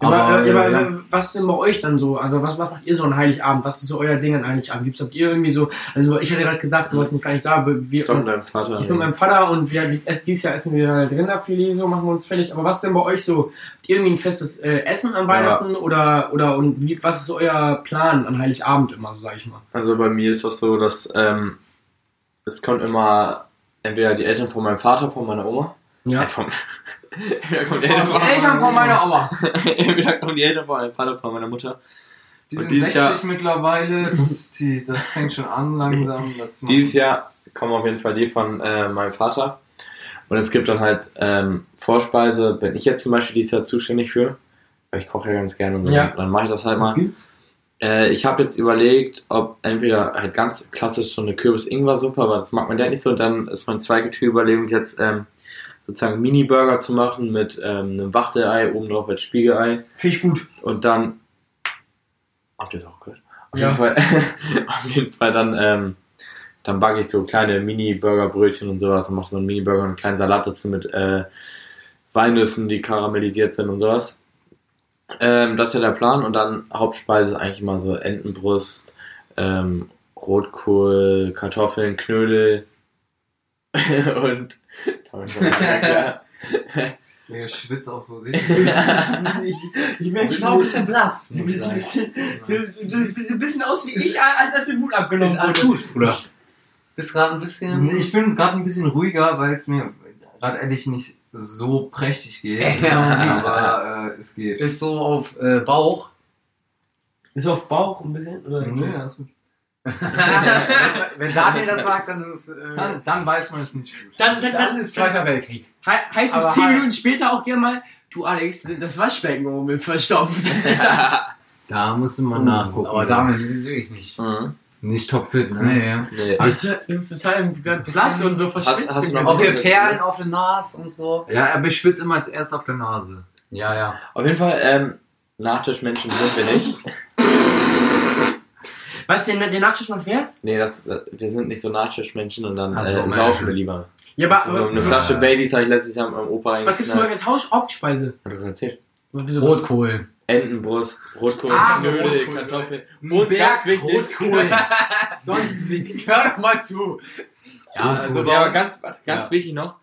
Speaker 4: Aber, äh, ja, aber
Speaker 2: ja.
Speaker 4: äh, was denn bei euch dann so? Also was, was macht ihr so an Heiligabend? Was ist so euer Ding an Heiligabend? Gibt's habt ihr irgendwie so, also ich hatte gerade gesagt, du warst nicht gar nicht da, aber wir,
Speaker 1: Ich glaube, dein Vater.
Speaker 4: ich bin mit meinem Vater und wir erst dieses Jahr essen wir halt Rinderfilet, so machen wir uns fertig. Aber was denn bei euch so? Habt ihr irgendwie ein festes äh, Essen an Weihnachten oder oder und wie, was ist so euer Plan an Heiligabend immer, so sag ich mal?
Speaker 1: Also bei mir ist das so, dass ähm, es kommt immer entweder die Eltern von meinem Vater, von meiner Oma.
Speaker 4: Ja.
Speaker 1: Äh, von, entweder, kommt die Eltern von,
Speaker 4: Die Eltern von meiner Oma.
Speaker 1: entweder kommen die Eltern von meinem Vater, von meiner Mutter.
Speaker 3: Die
Speaker 1: Und
Speaker 3: sind
Speaker 1: dieses
Speaker 3: 60
Speaker 1: Jahr-
Speaker 3: mittlerweile, das, die, das fängt schon an langsam. Das macht-
Speaker 1: Dieses Jahr kommen auf jeden Fall die von äh, meinem Vater. Und es gibt dann halt ähm, Vorspeise, bin ich jetzt zum Beispiel dieses Jahr zuständig für. Weil ich koche ja ganz gerne und dann,
Speaker 4: Ja.
Speaker 1: dann mache ich das halt
Speaker 3: Was
Speaker 1: mal.
Speaker 3: gibt's?
Speaker 1: Äh, ich habe jetzt überlegt, ob entweder halt ganz klassisch so eine Kürbis-Ingwer-Suppe, aber das mag mein Dad nicht so. Dann ist mein Zweigetür Überlegung jetzt ähm, sozusagen Mini-Burger zu machen mit ähm, einem Wachtelei, obendrauf als Spiegelei.
Speaker 4: Finde ich gut.
Speaker 1: Und dann. Habt ihr das auch gehört? Auf,
Speaker 4: Ja.
Speaker 1: jeden, Fall, auf jeden Fall dann. Ähm, dann backe ich so kleine Mini-Burger-Brötchen und sowas und mache so einen Mini-Burger und einen kleinen Salat dazu mit äh, Walnüssen, die karamellisiert sind und sowas. Ähm, das ist ja der Plan und dann Hauptspeise ist eigentlich immer so Entenbrust, ähm, Rotkohl, Kartoffeln, Knödel und.
Speaker 3: Der schwitzt auch so. Seht ihr?
Speaker 4: ich, ich merke
Speaker 2: Ist auch ein bisschen blass.
Speaker 4: Du
Speaker 2: muss ich
Speaker 4: siehst ein
Speaker 2: sagen.
Speaker 4: bisschen, du, du, du siehst ein bisschen aus wie ich, als als mir Mut abgenommen
Speaker 2: Ist alles
Speaker 4: wurde.
Speaker 2: gut, Bruder. Bist gerade ein bisschen.
Speaker 3: Ich bin gerade ein bisschen ruhiger, weil es mir gerade ehrlich nicht so prächtig geht.
Speaker 2: Ja, man sieht's.
Speaker 3: aber äh, es geht.
Speaker 2: Bist so auf äh, Bauch.
Speaker 4: Ist auf Bauch ein bisschen? Oder?
Speaker 3: Nee, alles gut.
Speaker 2: Wenn Daniel das sagt, dann ist. Äh,
Speaker 3: Dann, dann weiß man es nicht gut.
Speaker 4: Dann, dann, dann ist he
Speaker 2: Zweiter Weltkrieg.
Speaker 4: heißt
Speaker 2: Aber
Speaker 4: es zehn
Speaker 2: halt-
Speaker 4: Minuten später auch gerne mal, du Alex, das Waschbecken oben ist verstopft.
Speaker 3: Da musste man nachgucken.
Speaker 2: Aber Daniel, das ist wirklich nicht.
Speaker 1: Mhm.
Speaker 3: Nicht topfit, ne?
Speaker 2: Nee.
Speaker 1: Nee.
Speaker 4: Das ist total blass und so verschwitzt.
Speaker 1: hast du noch-
Speaker 2: Auch hier Perlen auf den Nas und so.
Speaker 3: Ja, aber ich schwitze immer als erst auf der Nase.
Speaker 2: Ja, ja.
Speaker 1: Auf jeden Fall, ähm, Nachtischmenschen sind wir nicht.
Speaker 4: Was denn, der Nachtisch macht wer?
Speaker 1: Nee, das, äh, wir sind nicht so Nachtischmenschen und dann
Speaker 3: Ach
Speaker 1: äh,
Speaker 3: so, meine
Speaker 1: saufen
Speaker 3: Güte.
Speaker 1: wir lieber.
Speaker 4: Ja, aber,
Speaker 1: So eine
Speaker 3: Ja.
Speaker 1: Flasche Baileys habe ich letztes Jahr mit meinem Opa
Speaker 4: was gibt's denn bei euch
Speaker 1: eingeknallt.
Speaker 4: als Tausch? Hauptspeise.
Speaker 1: Hat er doch erzählt.
Speaker 4: Wieso?
Speaker 2: Rotkohl.
Speaker 1: Entenbrust, Rotkohl,
Speaker 4: Ah,
Speaker 1: Knödel,
Speaker 2: Rotkohl.
Speaker 1: Kartoffeln.
Speaker 2: Und
Speaker 1: ganz wichtig-
Speaker 2: Rotkohl.
Speaker 4: Sonst nichts.
Speaker 2: Hör doch mal zu. Ja, also
Speaker 1: ja, aber ganz, ganz
Speaker 2: Ja.
Speaker 1: wichtig noch,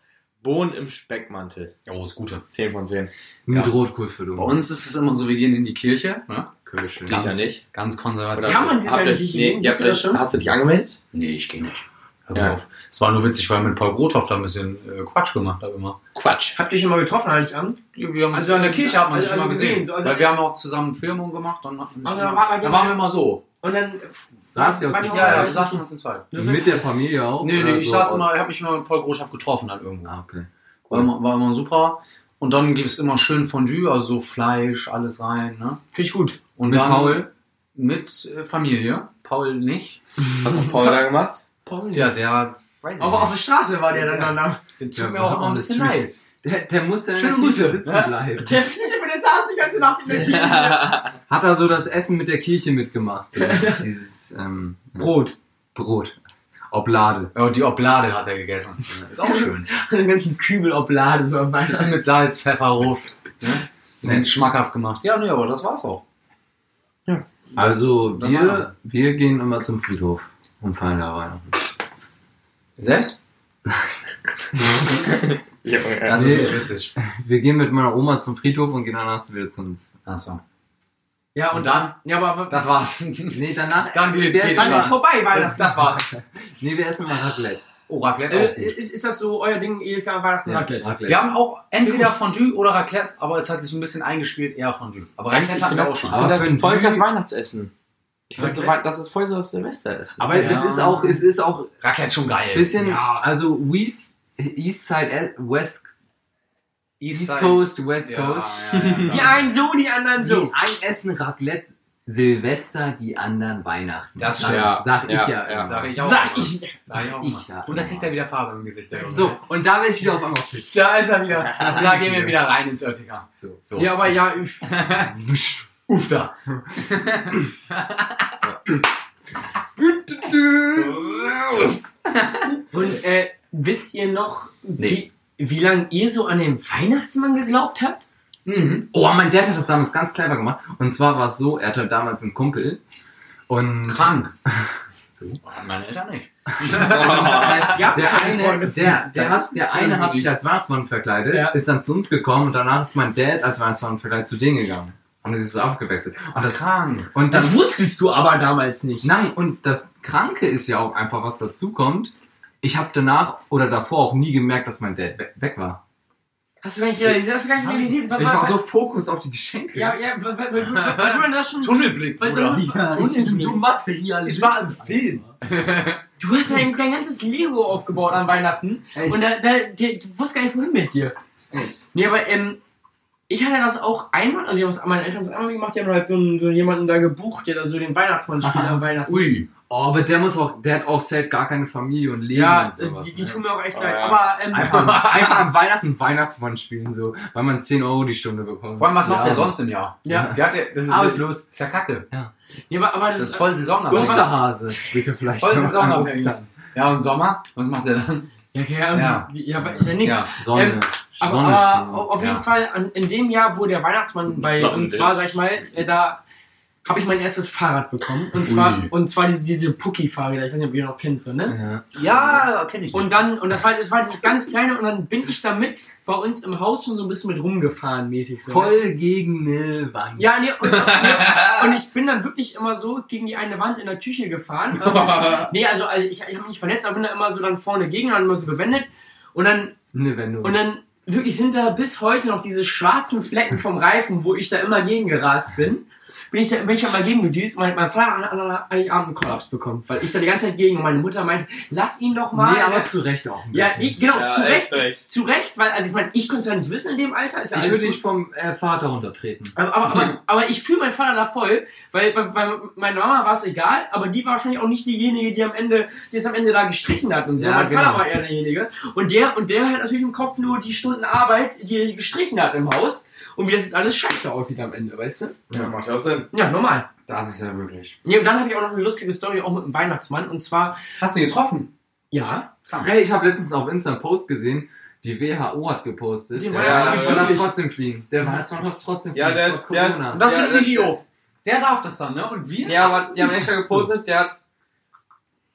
Speaker 1: Bohnen im Speckmantel.
Speaker 2: Oh, ist gut.
Speaker 1: 10 von 10.
Speaker 3: Mit
Speaker 2: Ja.
Speaker 3: Rotkohl für du.
Speaker 2: Bei uns ist es immer so, wir gehen in die Kirche. Ne?
Speaker 3: Kirschen.
Speaker 1: Dies Jahr nicht.
Speaker 2: Ganz
Speaker 1: Oder-
Speaker 2: konservativ.
Speaker 4: Kann man dieses
Speaker 1: habt
Speaker 4: Jahr
Speaker 1: ihr-
Speaker 4: nicht nicht
Speaker 1: nee,
Speaker 4: gehen?
Speaker 1: ihr
Speaker 4: Wisst ihr
Speaker 1: habt-
Speaker 4: das schon?
Speaker 1: Hast du dich angemeldet?
Speaker 2: Nee, ich gehe nicht. Hör
Speaker 1: Ja.
Speaker 2: mal auf. Es war nur witzig, weil ich mit Paul Grothoff da ein bisschen äh, Quatsch gemacht habe immer.
Speaker 1: Quatsch.
Speaker 4: Habt ihr schon mal getroffen, Heiligabend?
Speaker 2: Wir haben
Speaker 4: Also
Speaker 2: also in der
Speaker 4: an-
Speaker 2: Kirche hat man
Speaker 4: also-
Speaker 2: sich immer
Speaker 4: also gesehen,
Speaker 2: gesehen.
Speaker 4: so, also-
Speaker 2: weil wir haben auch zusammen Filmung gemacht und hatten
Speaker 4: Ah,
Speaker 2: sich
Speaker 4: da
Speaker 2: immer-
Speaker 4: war- war-
Speaker 2: da waren wir immer so.
Speaker 4: Und dann.
Speaker 3: Saß ihr
Speaker 4: Warte,
Speaker 2: Ja,
Speaker 3: zu
Speaker 4: Ja,
Speaker 3: zweit?
Speaker 2: ja,
Speaker 4: ja.
Speaker 2: wir saßen uns in zwei.
Speaker 4: Das
Speaker 3: Mit der Familie auch?
Speaker 2: Nee, nee,
Speaker 3: oder
Speaker 2: ich
Speaker 3: so?
Speaker 2: saß immer, ich habe mich immer mit Paul Grothoff getroffen dann irgendwo.
Speaker 3: Ah, okay.
Speaker 2: War, immer, war immer super. Und dann gibt es immer schön Fondue, also Fleisch, alles rein. Ne?
Speaker 4: Finde ich gut.
Speaker 2: Und
Speaker 3: Mit
Speaker 2: dann
Speaker 3: Paul?
Speaker 2: mit äh, Familie. Paul nicht.
Speaker 1: Hast du Paul da gemacht?
Speaker 2: Ja, der weiß ich
Speaker 4: Auf, auf der Straße war der dann danach.
Speaker 2: nicht. Der
Speaker 3: Ja,
Speaker 2: tut mir auch
Speaker 3: wir
Speaker 2: immer ein
Speaker 3: haben
Speaker 2: bisschen
Speaker 3: das
Speaker 2: leid.
Speaker 3: Der, der muss ja in
Speaker 2: Schöne
Speaker 3: der Kirche
Speaker 2: Grüße.
Speaker 3: sitzen
Speaker 2: Ja.
Speaker 3: bleiben.
Speaker 4: Der Fischefin, der saß die ganze Nacht in der Kirche.
Speaker 3: Hat er so das Essen mit der Kirche mitgemacht? So dieses dieses ähm,
Speaker 4: Brot.
Speaker 3: Brot. Oblade.
Speaker 2: Ja, und die Oblade hat er gegessen. Ist auch schön.
Speaker 4: Einen ganzen Kübel Oblade so am
Speaker 2: Ein bisschen mit Salz, Pfeffer, Ruf. Ne? Bisschen
Speaker 3: Nett.
Speaker 2: schmackhaft gemacht. Ja, nee, aber das war's auch.
Speaker 3: Also
Speaker 2: das war
Speaker 3: wir, wir gehen immer zum Friedhof und feiern da Weihnachten.
Speaker 2: Ist echt?
Speaker 1: Junge.
Speaker 2: Das ist nicht witzig.
Speaker 3: Wir gehen mit meiner Oma zum Friedhof und gehen danach wieder zum.
Speaker 2: Achso.
Speaker 4: Ja,
Speaker 2: Und dann?
Speaker 4: Ja, aber
Speaker 2: Das war's.
Speaker 3: Nee, danach.
Speaker 2: Dann geht,
Speaker 3: Der
Speaker 2: geht
Speaker 4: dann ist
Speaker 2: es.
Speaker 4: vorbei, weil
Speaker 2: Das,
Speaker 4: das,
Speaker 2: das war's.
Speaker 3: Nee, wir essen mal Raclette.
Speaker 2: Oh, Raclette auch
Speaker 4: äh,
Speaker 2: gut.
Speaker 4: ist, ist das so euer Ding, jedes Jahr Weihnachten
Speaker 3: Ja,
Speaker 4: Raclette?
Speaker 2: Wir haben auch entweder Fondue oder Raclette, aber es hat sich ein bisschen eingespielt, eher Fondue. Aber Raclette
Speaker 1: Ich
Speaker 2: hatten
Speaker 1: finde
Speaker 2: wir
Speaker 1: das,
Speaker 2: auch
Speaker 1: ich
Speaker 2: schon.
Speaker 1: finde
Speaker 3: Aber
Speaker 1: das
Speaker 3: für ein
Speaker 1: voll das
Speaker 3: Dü-
Speaker 1: Weihnachtsessen. Ich finde, so, wei- das ist voll so das Silvesteressen.
Speaker 3: Aber es
Speaker 2: Ja.
Speaker 3: ist auch, es ist auch
Speaker 2: Raclette schon geil.
Speaker 3: ein bisschen,
Speaker 4: Ja.
Speaker 3: also West, East Side, West, East,
Speaker 2: Side.
Speaker 3: Coast, West
Speaker 2: Ja,
Speaker 3: Coast.
Speaker 2: ja, ja, ja.
Speaker 4: Die einen so, die anderen so.
Speaker 3: Die einen Also, essen Raclette Silvester, die anderen Weihnachten.
Speaker 2: Das
Speaker 3: sag,
Speaker 2: stimmt.
Speaker 3: sag ich
Speaker 1: Ja,
Speaker 3: ja.
Speaker 1: ja.
Speaker 2: Sag ich auch.
Speaker 4: Sag
Speaker 2: immer.
Speaker 4: ich.
Speaker 2: Sag ich auch.
Speaker 3: ich
Speaker 2: immer.
Speaker 3: ja.
Speaker 2: Und da kriegt er wieder Farbe im Gesicht. Der Junge.
Speaker 3: So, und da bin ich wieder auf einmal fit.
Speaker 2: Da ist er wieder. Da gehen wir wieder rein ins Örtiger.
Speaker 3: So.
Speaker 2: So.
Speaker 4: Ja, aber ja, ich,
Speaker 2: Uff da.
Speaker 4: und äh, wisst ihr noch, wie, wie lange ihr so an den Weihnachtsmann geglaubt habt?
Speaker 2: Mhm.
Speaker 3: Oh, mein Dad hat das damals ganz clever gemacht. Und zwar war es so, er hatte damals einen Kumpel und
Speaker 2: Krank.
Speaker 3: So.
Speaker 2: Meine Eltern nicht.
Speaker 4: Ihr habt
Speaker 3: der
Speaker 4: keine
Speaker 3: eine,
Speaker 4: Freunde.
Speaker 3: der, der,
Speaker 2: Das
Speaker 3: hat, der eine hat sich als Weihnachtsmann verkleidet,
Speaker 4: Ja.
Speaker 3: ist dann zu uns gekommen und danach ist mein Dad als Weihnachtsmann verkleidet zu denen gegangen. Und es ist so abgewechselt. Und das,
Speaker 2: Krank.
Speaker 3: und dann,
Speaker 4: Das wusstest du aber damals nicht.
Speaker 3: Nein, und das Kranke ist ja auch einfach, was dazu kommt. Ich habe danach oder davor auch nie gemerkt, dass mein Dad we weg war.
Speaker 4: Hast du gar nicht realisiert? Hast du gar nicht realisiert?
Speaker 3: Ich war so Fokus auf die Geschenke.
Speaker 4: ja, ja, weil, weil, weil, weil, weil du dann das schon...
Speaker 2: Tunnelblick,
Speaker 4: Weil,
Speaker 2: Bruder.
Speaker 4: weil,
Speaker 3: Ja, ich bin so materialistisch.
Speaker 4: Ich war im Film. Du hast dein, dein ganzes Lego aufgebaut an Weihnachten.
Speaker 3: Echt?
Speaker 4: Und da, da, die, du wusstest gar nicht, wohin mit dir.
Speaker 3: Echt?
Speaker 4: Nee, aber ähm, ich hatte das auch einmal, also ich hab's, meine Eltern haben es einmal gemacht, die haben halt so, einen, so jemanden da gebucht, der da so den Weihnachtsmann spielt
Speaker 3: Aha.
Speaker 4: am Weihnachten.
Speaker 2: Ui.
Speaker 3: Oh, aber der muss auch, der hat auch safe gar keine Familie und Leben
Speaker 4: Ja, äh,
Speaker 3: und sowas.
Speaker 4: die, die
Speaker 3: ne?
Speaker 4: tun mir auch echt
Speaker 1: Oh,
Speaker 4: leid.
Speaker 1: ja.
Speaker 4: Aber ähm,
Speaker 3: einfach, einfach am Weihnachten Weihnachtsmann spielen, so, weil man 10 Euro die Stunde bekommt.
Speaker 2: Vor allem, was macht
Speaker 3: ja.
Speaker 2: der sonst im Jahr?
Speaker 4: Ja.
Speaker 2: Der hat ja, das ist,
Speaker 3: Arbeitslos.
Speaker 2: ist ja kacke.
Speaker 4: ja, aber, aber das,
Speaker 2: Das ist voll saisonabhängig.
Speaker 3: Osterhase spielt er vielleicht.
Speaker 2: Voll
Speaker 3: noch an
Speaker 2: saisonabhängig.
Speaker 3: Ostern.
Speaker 2: Ja, und Sommer? Was macht der dann?
Speaker 4: ja, ja,
Speaker 2: Ja.
Speaker 4: ja, ja, ja, ja nix.
Speaker 2: Ja.
Speaker 3: Sonne.
Speaker 4: Ähm, Aber,
Speaker 3: Sonne
Speaker 4: aber au- auf
Speaker 2: Ja.
Speaker 4: jeden Fall, an, in dem Jahr, wo der Weihnachtsmann bei
Speaker 1: Sonne.
Speaker 4: uns war, sag ich mal, äh, da habe ich mein erstes Fahrrad bekommen. Und zwar,
Speaker 2: Ui.
Speaker 4: und zwar diese, diese Pucki-Fahrräder, ich weiß nicht, ob ihr noch kennt, so, ne?
Speaker 3: ja.
Speaker 2: Ja, kenne ich
Speaker 4: Und dann, und das war, das war dieses ganz kleine, und dann bin ich damit bei uns im Haus schon so ein bisschen mit rumgefahren, mäßig so. ne?
Speaker 3: Voll gegen eine Wand.
Speaker 4: Ja, nee, und, nee, und ich bin dann wirklich immer so gegen die eine Wand in der Küche gefahren. Ähm, nee, also, also ich, ich habe mich nicht verletzt, aber bin da immer so dann vorne gegen und dann immer so gewendet. Und dann,
Speaker 3: Eine Wendung.
Speaker 4: und dann wirklich sind da bis heute noch diese schwarzen Flecken vom Reifen, wo ich da immer gegen gerast bin. Bin ich da, bin ich da mal gegen gedüst und mein, mein Vater hat dann eigentlich abends einen Kollaps bekommen, weil ich da die ganze Zeit gegen und meine Mutter meinte, lass ihn doch mal.
Speaker 3: nee, aber zu Recht auch ein
Speaker 4: ja,
Speaker 3: bisschen.
Speaker 4: die, genau,
Speaker 1: Ja,
Speaker 4: zu
Speaker 1: echt,
Speaker 4: Recht, zu Recht, weil, also ich meine, ich konnte es ja nicht wissen in dem Alter, ist ja
Speaker 3: ich
Speaker 4: alles
Speaker 3: würde
Speaker 4: gut.
Speaker 3: dich vom äh, Vater runtertreten.
Speaker 4: Aber, aber, aber, aber ich fühle meinen Vater da voll, weil, weil, weil meiner Mama war es egal, aber die war wahrscheinlich auch nicht diejenige, die am Ende, die es am Ende da gestrichen hat und so.
Speaker 3: Ja,
Speaker 4: mein
Speaker 3: genau.
Speaker 4: Vater war eher derjenige. Und der, und der hat natürlich im Kopf nur die Stunden Arbeit, die er gestrichen hat im Haus und wie das jetzt alles scheiße aussieht am Ende, weißt du?
Speaker 1: Ja, macht auch Sinn.
Speaker 4: Ja, normal.
Speaker 2: Das ist ja wirklich.
Speaker 4: Nee, und dann habe ich auch noch eine lustige Story auch mit dem Weihnachtsmann und zwar,
Speaker 2: Hast du ihn getroffen?
Speaker 4: ja,
Speaker 2: Krank.
Speaker 3: Hey, ich habe letztens auf Insta einen Post gesehen, die WHO hat gepostet.
Speaker 4: Die
Speaker 3: Der
Speaker 4: war
Speaker 1: ja
Speaker 3: Weihnachtsmann darf
Speaker 4: wirklich-
Speaker 3: trotzdem fliegen. Der Weihnachtsmann darf trotzdem
Speaker 1: Ja,
Speaker 3: fliegen.
Speaker 1: der
Speaker 3: trotz
Speaker 1: ist- der ist-
Speaker 3: Corona.
Speaker 2: Und das
Speaker 1: Ja,
Speaker 2: finde ich
Speaker 1: das-
Speaker 2: Idiot. Der darf das dann, ne? Und wir?
Speaker 1: Ja, aber die haben extra gepostet, der hat.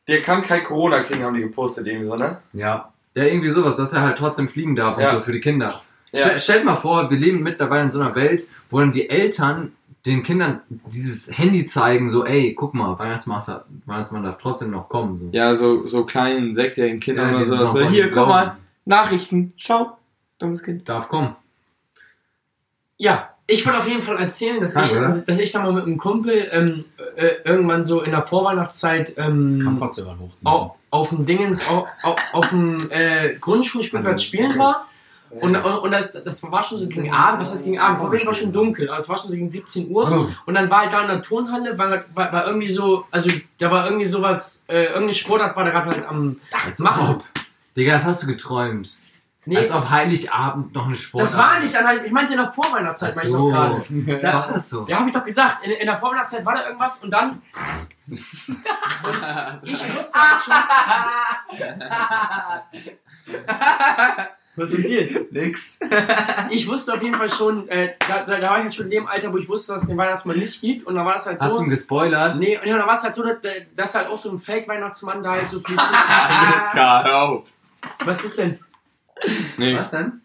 Speaker 1: Der kann kein Corona kriegen, haben die gepostet, irgendwie so, ne?
Speaker 2: Ja.
Speaker 3: Ja, irgendwie sowas, dass er halt trotzdem fliegen darf
Speaker 1: Ja.
Speaker 3: und so für die Kinder.
Speaker 1: Ja.
Speaker 3: Stell, stellt mal vor, wir leben mittlerweile in so einer Welt, wo dann die Eltern den Kindern dieses Handy zeigen, so, ey, guck mal, Weihnachtsmann darf, Weihnachtsmann darf trotzdem noch kommen. So.
Speaker 1: Ja, so, so kleinen sechsjährigen Kindern
Speaker 3: die
Speaker 1: oder
Speaker 3: sind
Speaker 1: so.
Speaker 3: noch
Speaker 1: so
Speaker 3: voll
Speaker 1: hier, guck
Speaker 3: geglaubt.
Speaker 1: mal, Nachrichten, schau, dummes Kind.
Speaker 3: Darf kommen.
Speaker 4: ja. Ich wollte auf jeden Fall erzählen, dass,
Speaker 3: Kann,
Speaker 4: ich,
Speaker 3: oder?
Speaker 4: dass ich da mal mit einem Kumpel ähm, äh, irgendwann so in der Vorweihnachtszeit ähm,
Speaker 2: Kann trotzdem über den Hoch.
Speaker 4: au- auf dem Dingens, au- au- auf dem äh, Grundschulspielplatz spielen war. Und, und, und das, das war schon so gegen Abend, was heißt gegen Abend?
Speaker 3: Oh,
Speaker 4: Vor mir war schon dunkel, aber es war schon so gegen 17 Uhr.
Speaker 2: Oh.
Speaker 4: Und dann war ich da in der Turnhalle, war, war, war irgendwie so, also da war irgendwie sowas, äh, irgendeine Sportart war da gerade halt am
Speaker 3: Als
Speaker 4: Machen.
Speaker 3: ob. Digga, das hast du geträumt.
Speaker 4: Nee,
Speaker 3: Als ob Heiligabend noch eine Sportart.
Speaker 4: das war nicht, dann halt, ich meinte in der Vorweihnachtszeit,
Speaker 3: Ach
Speaker 4: meinte ich doch
Speaker 3: so.
Speaker 4: gerade.
Speaker 3: Da war das so.
Speaker 4: Ja, habe ich doch gesagt, in, in der Vorweihnachtszeit war da irgendwas und dann. und ich wusste halt schon. Was passiert?
Speaker 2: Nix.
Speaker 4: Ich wusste auf jeden Fall schon, äh, da, da, da war ich halt schon in dem Alter, wo ich wusste, dass es den Weihnachtsmann nicht gibt. Und da war das halt
Speaker 3: Hast du
Speaker 4: so.
Speaker 3: ihn gespoilert?
Speaker 4: Nee, nee, und da war es halt so, dass, dass halt auch so ein Fake-Weihnachtsmann da halt so viel.
Speaker 1: Ja, hör auf.
Speaker 4: Was ist denn?
Speaker 1: Nee,
Speaker 2: Was denn?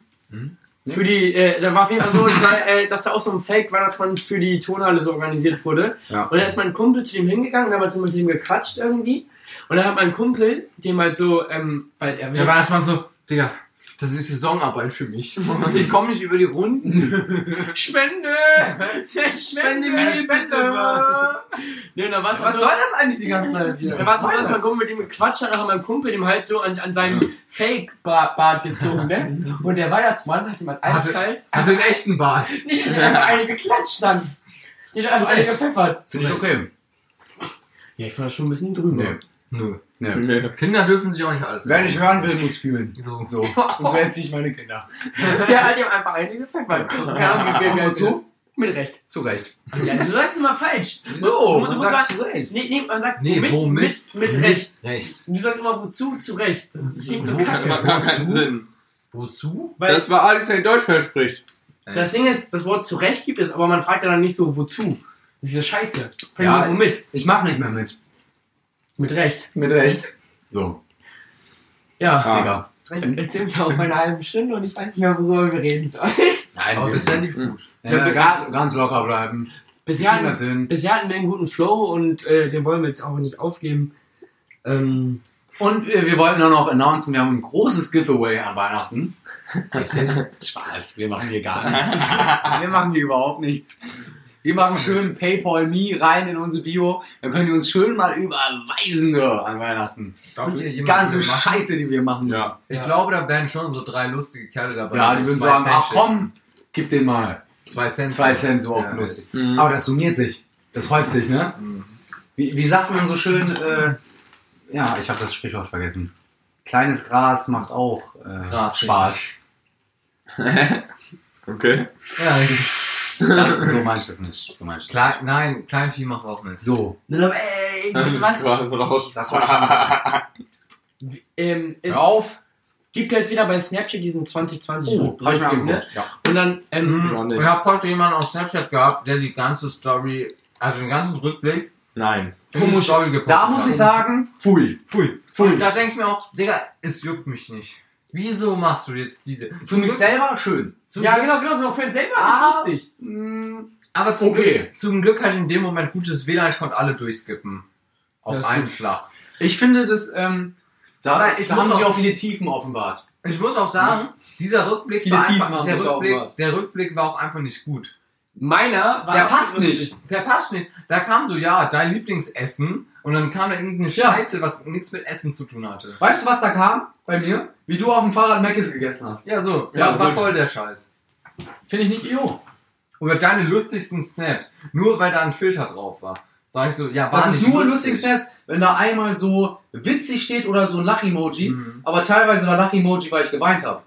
Speaker 4: Für die, äh, da war auf jeden Fall so, da, äh, dass da auch so ein Fake-Weihnachtsmann für die Tonhalle so organisiert wurde.
Speaker 2: Ja.
Speaker 4: Und da ist mein Kumpel zu dem hingegangen, da haben wir so mit ihm gequatscht irgendwie. Und da hat mein Kumpel, dem halt so, ähm, weil er
Speaker 5: Der Weihnachtsmann so, Digga, das ist Saisonarbeit für mich. Ich komme nicht über die Runden.
Speaker 4: Spende! Spende
Speaker 5: mir
Speaker 4: mir
Speaker 5: bitte.
Speaker 4: bitte! Nee, und da war's
Speaker 5: Was
Speaker 4: so-
Speaker 5: soll das eigentlich die ganze Zeit hier?
Speaker 4: Da war es so, dass mein Kumpel mit dem gequatscht hat, nachher mein Kumpel dem halt so an, an seinem Fake-Bart gezogen, ne? Und der Weihnachtsmann hat ihm halt
Speaker 5: Also-
Speaker 4: eiskalt
Speaker 5: Also einen echten Bart.
Speaker 4: nicht hat ihm einfach eine geklatscht dann. Die hat einfach eine gepfeffert.
Speaker 2: Finde ich okay.
Speaker 4: Ja, ich fand das schon ein bisschen drüber.
Speaker 2: Nee.
Speaker 3: Nö.
Speaker 2: Nee.
Speaker 1: nee.
Speaker 3: Kinder dürfen sich auch nicht alles
Speaker 2: Wer nicht hören will, muss fühlen.
Speaker 3: So.
Speaker 2: So. Sonst wären es nicht meine Kinder.
Speaker 4: Der hat ihm einfach eine gepfeffert. Keine Ahnung, wie
Speaker 2: Und
Speaker 4: viel
Speaker 2: wozu?
Speaker 4: halt Mit Recht.
Speaker 2: Zu Recht.
Speaker 4: Ja, du sagst immer falsch.
Speaker 2: So,
Speaker 4: Du
Speaker 2: man
Speaker 4: musst
Speaker 2: sagt
Speaker 4: sagen,
Speaker 2: zu Recht.
Speaker 4: nee, nee, man sagt
Speaker 3: Nee,
Speaker 4: mit,
Speaker 3: womit?
Speaker 4: mit, mit Recht.
Speaker 3: Echt.
Speaker 4: Du sagst immer wozu, zu Recht. Das ist klingt so
Speaker 1: Hat
Speaker 4: kacke.
Speaker 1: immer gar keinen Sinn.
Speaker 2: Wozu?
Speaker 4: Weil
Speaker 1: das war Alex, der in Deutsch verspricht.
Speaker 4: Das Ding ist, das Wort zurecht gibt es, aber man fragt ja dann nicht so, wozu. Das ist ja scheiße. Bring
Speaker 2: Ja.
Speaker 4: ja. mit.
Speaker 2: Ich mach nicht mehr mit.
Speaker 4: Mit Recht.
Speaker 2: Mit Recht. So,
Speaker 1: Ah.
Speaker 4: Ja.
Speaker 2: Digga.
Speaker 4: Jetzt sind wir auf einer halben Stunde und ich weiß nicht mehr, worüber wir reden sollen.
Speaker 2: Nein,
Speaker 3: Aber
Speaker 2: wir-
Speaker 3: bis dann die Fuß.
Speaker 2: ja, ganz, ganz locker bleiben.
Speaker 4: Bisher
Speaker 2: Kriegen das
Speaker 4: hatten,
Speaker 2: hin.
Speaker 4: bisher hatten wir einen halt guten Flow und äh, den wollen wir jetzt auch nicht aufgeben. Ähm,
Speaker 2: Und wir, wir wollten auch noch announcen, wir haben ein großes Giveaway an Weihnachten. Spaß, wir machen hier gar nichts. wir machen hier überhaupt nichts. Wir machen schön Paypal Me rein in unsere Bio. Dann könnt ihr uns schön mal überweisen so, an Weihnachten.
Speaker 3: Darf hier
Speaker 2: Die
Speaker 3: jemand
Speaker 2: ganze
Speaker 3: hier machen?
Speaker 2: Scheiße, die wir machen müssen.
Speaker 1: Ja.
Speaker 3: Ich glaube, da wären schon so drei lustige Kerle dabei.
Speaker 2: Ja, die würden
Speaker 3: Zwei
Speaker 2: sagen,
Speaker 3: Cent
Speaker 2: ach komm, gib den mal.
Speaker 3: schicken. Zwei Cent.
Speaker 2: Zwei Cent so auf
Speaker 3: Ja.
Speaker 2: lustig.
Speaker 1: Mhm.
Speaker 2: Aber das summiert sich. Das häuft sich, ne?
Speaker 3: Mhm.
Speaker 2: Wie, wie sagt man so schön, äh, ja, ich habe das Sprichwort vergessen. Kleines Gras macht auch äh,
Speaker 3: Gras,
Speaker 2: Spaß.
Speaker 1: Okay.
Speaker 3: Ja,
Speaker 2: Das, so meine ich das nicht. So meine ich das
Speaker 3: Klein, nein, Kleinvieh macht auch mit.
Speaker 2: nicht. So.
Speaker 4: ey,
Speaker 1: Das
Speaker 4: was?
Speaker 1: war raus.
Speaker 2: Das war
Speaker 4: Ähm, es
Speaker 2: Hör auf.
Speaker 4: gibt jetzt wieder bei Snapchat diesen 2020
Speaker 2: Oh, hab ich mir
Speaker 4: Rückblick, ne?
Speaker 2: angeguckt. Ja.
Speaker 4: Und dann, ähm,
Speaker 2: Genau,
Speaker 1: Noch
Speaker 3: Mhm.
Speaker 1: nicht.
Speaker 3: Ich habe heute jemanden auf Snapchat gehabt, der die ganze Story, also den ganzen Rückblick,
Speaker 1: Nein.
Speaker 3: in die Story gepostet
Speaker 2: Da muss
Speaker 3: hat.
Speaker 2: ich sagen, pfui. Pfui.
Speaker 3: Und
Speaker 2: Pfui.
Speaker 3: da denke ich mir auch, Digga, es juckt mich nicht. Wieso machst du jetzt diese?
Speaker 2: Für mich selber schön.
Speaker 3: Zum
Speaker 4: ja,
Speaker 3: Glück,
Speaker 4: genau, genau, genau, für den selber
Speaker 2: Ah.
Speaker 4: ist lustig.
Speaker 2: Mm,
Speaker 3: aber zum,
Speaker 2: Okay.
Speaker 3: Glück, zum Glück hatte ich in dem Moment gutes WLAN, ich konnte alle durchskippen. Auf
Speaker 4: Ja, ist
Speaker 3: einen
Speaker 4: gut.
Speaker 3: Schlag.
Speaker 2: Ich finde das, ähm, da,
Speaker 3: Aber ich
Speaker 2: da
Speaker 3: muss
Speaker 2: haben sich
Speaker 3: auch-
Speaker 2: auch viele Tiefen offenbart.
Speaker 3: Ich muss auch sagen, dieser Rückblick
Speaker 2: Mhm. Viele
Speaker 3: war
Speaker 2: Tiefen
Speaker 3: einfach,
Speaker 2: haben
Speaker 3: der,
Speaker 2: sich da
Speaker 3: Rückblick,
Speaker 2: offenbart.
Speaker 3: der Rückblick war auch einfach nicht gut.
Speaker 4: Meiner war
Speaker 2: Der passt
Speaker 4: lustig.
Speaker 2: nicht.
Speaker 3: Der passt nicht. Da kam so, ja, dein Lieblingsessen und dann kam da irgendeine
Speaker 2: Ja.
Speaker 3: Scheiße, was nichts mit Essen zu tun hatte.
Speaker 2: Weißt du, was da kam bei mir? Wie du auf dem Fahrrad Meckes gegessen hast.
Speaker 3: Ja, so.
Speaker 2: Ja,
Speaker 3: Ja, was
Speaker 2: gut.
Speaker 3: soll der Scheiß?
Speaker 2: Finde ich nicht io.
Speaker 3: Oder deine lustigsten Snaps. Nur weil da ein Filter drauf war. Sag ich so, ja, war
Speaker 2: Das ist
Speaker 3: Ah, nicht
Speaker 2: nur lustig, Snaps, wenn da einmal so witzig steht oder so ein Lach-Emoji.
Speaker 3: Mhm.
Speaker 2: Aber teilweise war Lach-Emoji, weil ich geweint habe.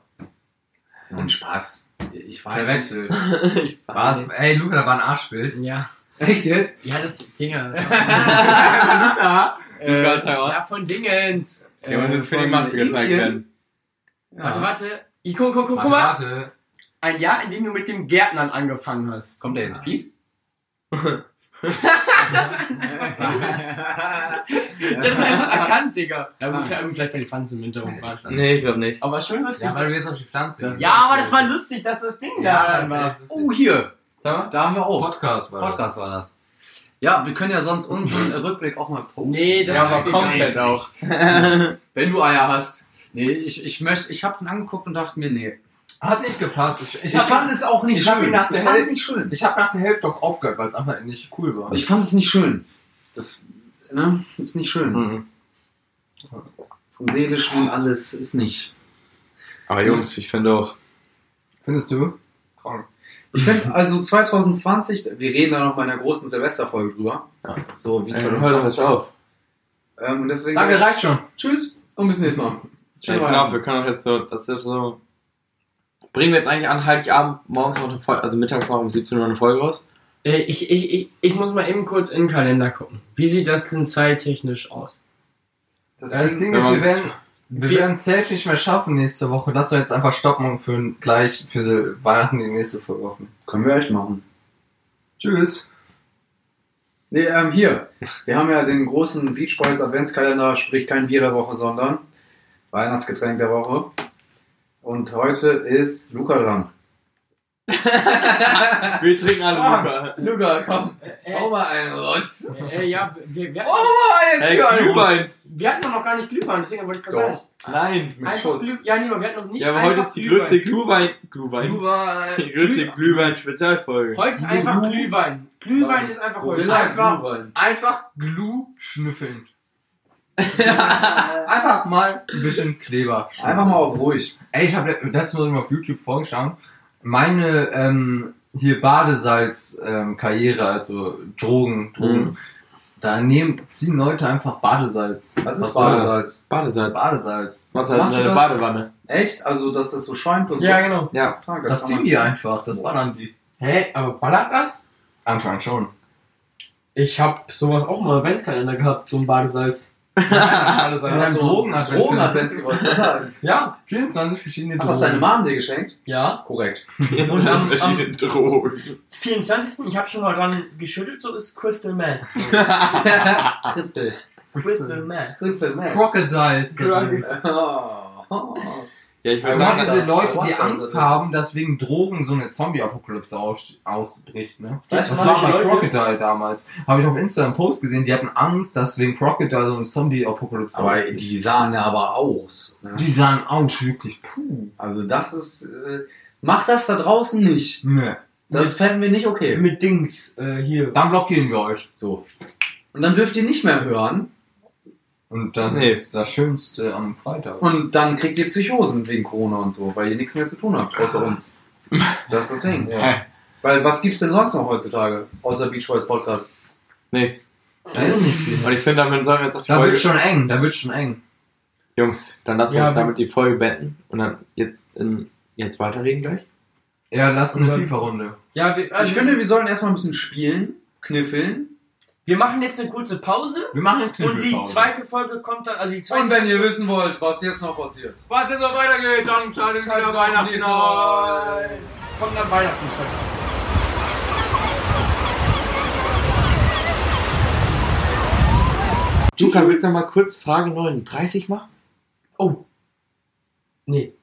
Speaker 2: Und Spaß. Ich
Speaker 3: Der
Speaker 2: war
Speaker 3: Wechsel. War's, ey, Luca, da war ein Arschbild.
Speaker 4: Ja,
Speaker 2: Echt jetzt?
Speaker 4: ja, das Dinger.
Speaker 2: Äh,
Speaker 1: Taiwan.
Speaker 4: ja, von Dingens. Äh,
Speaker 1: Ja, man jetzt für die
Speaker 2: von
Speaker 1: Maske gezeigt
Speaker 2: Indien.
Speaker 1: werden.
Speaker 4: Warte,
Speaker 2: Äh, Ja.
Speaker 4: warte. Ich, guck, guck, guck, guck mal.
Speaker 3: Warte,
Speaker 4: Ein Jahr, in dem du mit dem Gärtnern angefangen hast.
Speaker 2: Kommt der jetzt Pete?
Speaker 4: Das ist einfach erkannt, Digga.
Speaker 2: Ja, gut,
Speaker 4: vielleicht, vielleicht weil die Pflanzen im Hintergrund waren.
Speaker 1: Nee, ich glaube nicht.
Speaker 4: Aber schon lustig.
Speaker 3: Ja, weil du jetzt auf die Pflanze
Speaker 2: Das-
Speaker 3: gehst.
Speaker 4: Ja, aber das war lustig, dass das Ding da
Speaker 3: das
Speaker 4: war.
Speaker 3: ist echt
Speaker 2: oh,
Speaker 3: lustig.
Speaker 2: hier.
Speaker 3: Sag mal,
Speaker 2: Da haben wir auch.
Speaker 3: Podcast war das.
Speaker 2: Podcast war das. Ja, wir können ja sonst unseren Rückblick auch mal posten.
Speaker 4: Nee, das
Speaker 1: Ja, aber
Speaker 4: ist
Speaker 1: komplett
Speaker 4: safe
Speaker 1: auch.
Speaker 2: Wenn du Eier hast. Nee, ich, ich möchte, ich habe ihn angeguckt und dachte mir, nee.
Speaker 3: Hat nicht gepasst. Ich, ich,
Speaker 2: Ich,
Speaker 3: hab-
Speaker 2: fand es auch nicht
Speaker 3: ich hab ihn
Speaker 2: schön.
Speaker 3: nach der
Speaker 2: Ich fand es
Speaker 3: Hälfte-
Speaker 2: nicht schön.
Speaker 3: ich hab nach der Hälfte doch aufgehört, weil es einfach nicht cool war.
Speaker 2: Ich fand es nicht schön. Das, ne, ist nicht schön.
Speaker 1: Mhm.
Speaker 2: Vom Seelischen und alles ist nicht.
Speaker 1: Aber Jungs, ich finde auch.
Speaker 3: Findest du?
Speaker 2: Ich finde, also 2020, wir reden da noch mal in der großen Silvesterfolge drüber.
Speaker 1: Ja.
Speaker 2: So wie
Speaker 1: Ey, hör doch jetzt
Speaker 2: 2020.
Speaker 1: auf.
Speaker 2: Ähm, und deswegen.
Speaker 3: Danke, reicht schon.
Speaker 2: Tschüss und bis nächstes Mal.
Speaker 1: Ey, Ich finde auch, wir können auch jetzt so, das ist so. Bringen wir jetzt eigentlich an Heiligabend morgens noch eine Folge, also mittags noch um 17 Uhr eine Folge raus?
Speaker 4: Äh, Ich, ich, ich, ich muss mal eben kurz in den Kalender gucken. Wie sieht das denn zeittechnisch aus?
Speaker 2: Das
Speaker 3: Das,
Speaker 2: Ding-
Speaker 3: Ding ist, wir
Speaker 1: wenn man-
Speaker 3: werden, wir
Speaker 4: Wir-
Speaker 3: werden es safe nicht mehr schaffen nächste Woche. Lass doch jetzt einfach stoppen und für gleich für Weihnachten die nächste Folge aufnehmen.
Speaker 2: Können wir echt machen.
Speaker 3: Tschüss.
Speaker 2: Nee, ähm, hier. Wir haben ja den großen Beach Boys Adventskalender, sprich kein Bier der Woche, sondern Weihnachtsgetränk der Woche. Und heute ist Luca dran.
Speaker 1: Wir trinken alle Luca.
Speaker 2: Luca, komm,
Speaker 4: Äh,
Speaker 1: Oh,
Speaker 2: hau mal einen raus.
Speaker 4: äh, äh, ja, wir, wir,
Speaker 5: Oh,
Speaker 4: hatten,
Speaker 5: jetzt
Speaker 1: Hey,
Speaker 5: hier ein
Speaker 1: Glühwein.
Speaker 4: wir hatten doch noch gar nicht Glühwein, deswegen wollte ich gerade sagen.
Speaker 2: Doch,
Speaker 1: Nein.
Speaker 2: mit
Speaker 4: Einfach
Speaker 2: Schuss.
Speaker 4: Glüh, ja, nee, aber wir hatten noch nicht
Speaker 1: Ja, aber
Speaker 4: einfach
Speaker 1: heute ist die
Speaker 4: Glühwein.
Speaker 1: größte Glühwein. Glühwein. Die größte
Speaker 5: Glühwein.
Speaker 1: Glühwein-Spezialfolge.
Speaker 4: Heute ist einfach Glühwein. Glühwein ist einfach heute.
Speaker 5: Glühwein.
Speaker 4: Einfach.
Speaker 5: Einfach Glue schnüffeln.
Speaker 3: Einfach mal ein bisschen Kleber.
Speaker 2: Einfach mal auf ruhig.
Speaker 3: Ey, ich habe letztens mal auf YouTube vorgeschlagen, meine ähm, hier Badesalz-Karriere, also Drogen, Drogen, da nehmen, ziehen Leute einfach Badesalz.
Speaker 2: Was ist
Speaker 3: soll
Speaker 2: Badesalz?
Speaker 3: das?
Speaker 1: Badesalz.
Speaker 3: Badesalz.
Speaker 1: Was hat
Speaker 2: Machst du
Speaker 1: eine
Speaker 2: das?
Speaker 1: Badewanne?
Speaker 2: Echt? Also, dass das so schäumt und
Speaker 4: Ja, genau.
Speaker 1: Ja.
Speaker 2: Tag,
Speaker 3: Das,
Speaker 2: kann
Speaker 3: ziehen
Speaker 2: man
Speaker 3: die
Speaker 2: sehen.
Speaker 3: einfach, das ballern die.
Speaker 4: Hä, aber ballert das?
Speaker 3: Anscheinend schon.
Speaker 4: Ich hab sowas auch mal im Adventskalender gehabt, so ein Badesalz.
Speaker 3: Ja,
Speaker 4: Badesalz.
Speaker 3: dann Drogen-Advent.
Speaker 2: Drogen-Advent, wollte ich sagen.
Speaker 4: Ja,
Speaker 3: 24 verschiedene
Speaker 2: Hat das deine Mom dir geschenkt?
Speaker 4: ja.
Speaker 2: Korrekt.
Speaker 4: Und am-
Speaker 1: verschiedene Drogen.
Speaker 4: 24. Ich hab schon mal dran geschüttelt, so ist Crystal Meth.
Speaker 2: Kriptel.
Speaker 4: Crystal Meth.
Speaker 2: Kriptel, man.
Speaker 3: Crocodiles.
Speaker 4: Crocodile.
Speaker 2: Oh. ne? Oh.
Speaker 1: Ja, ich
Speaker 3: Du
Speaker 1: würde
Speaker 3: hast
Speaker 1: sagen,
Speaker 3: diese Leute, die
Speaker 2: Ayahuasca.
Speaker 3: Angst haben, dass wegen Drogen so eine Zombie-Apokalypse aus, ausbricht, ne?
Speaker 2: Weißt du,
Speaker 3: Das
Speaker 2: was
Speaker 3: war
Speaker 2: ich
Speaker 3: bei
Speaker 4: sollte?
Speaker 3: Crocodile damals. Habe ich auf Insta einen Post gesehen, die hatten Angst, dass wegen Crocodile so eine Zombie-Apokalypse
Speaker 2: Aber
Speaker 3: ausbricht.
Speaker 2: die sahen ja aber aus. Ne?
Speaker 3: Die sahen aus, wirklich. Puh.
Speaker 2: Also das ist. Äh, macht das da draußen nicht.
Speaker 3: Ne.
Speaker 2: Das fänden wir nicht okay.
Speaker 4: Mit Dings, äh, hier.
Speaker 3: Dann blockieren wir euch.
Speaker 2: So. Und dann dürft ihr nicht mehr hören.
Speaker 3: Und das
Speaker 1: Nee.
Speaker 3: ist das Schönste am Freitag.
Speaker 2: Und dann kriegt ihr Psychosen wegen Corona und so, weil ihr nichts mehr zu tun habt, außer uns. Das ist das Ding.
Speaker 3: Ja.
Speaker 2: Weil was gibt's denn sonst noch heutzutage? Außer Beach Boys Podcast.
Speaker 1: nichts.
Speaker 3: Da ist nicht viel.
Speaker 1: Und ich finde, damit sollen wir jetzt auch die
Speaker 3: Da wird
Speaker 1: Folge...
Speaker 3: schon eng, da wird schon eng.
Speaker 1: Jungs, dann lassen wir
Speaker 4: Ja,
Speaker 1: jetzt
Speaker 4: wir-
Speaker 1: damit die Folge beenden. Und dann jetzt, in, jetzt weiterreden gleich.
Speaker 3: Ja, lass eine
Speaker 4: Und dann-
Speaker 3: FIFA-Runde.
Speaker 4: Ja, wir, also,
Speaker 2: Ich finde, wir sollen erstmal ein bisschen spielen, kniffeln.
Speaker 4: wir machen jetzt eine kurze Pause.
Speaker 3: Wir machen eine
Speaker 4: Und die
Speaker 3: Knüppelpause.
Speaker 4: zweite Folge kommt dann, also die zweite
Speaker 2: ihr wissen wollt, was jetzt noch passiert.
Speaker 5: Was jetzt noch weitergeht, dann schaltet
Speaker 2: Scheiß
Speaker 5: wieder
Speaker 2: drauf,
Speaker 5: Weihnachten
Speaker 2: nächste
Speaker 5: ein.
Speaker 2: Woche.
Speaker 4: kommt dann Weihnachten.
Speaker 1: Luca, willst du noch mal kurz Frage 39 machen?
Speaker 4: Oh. Nee.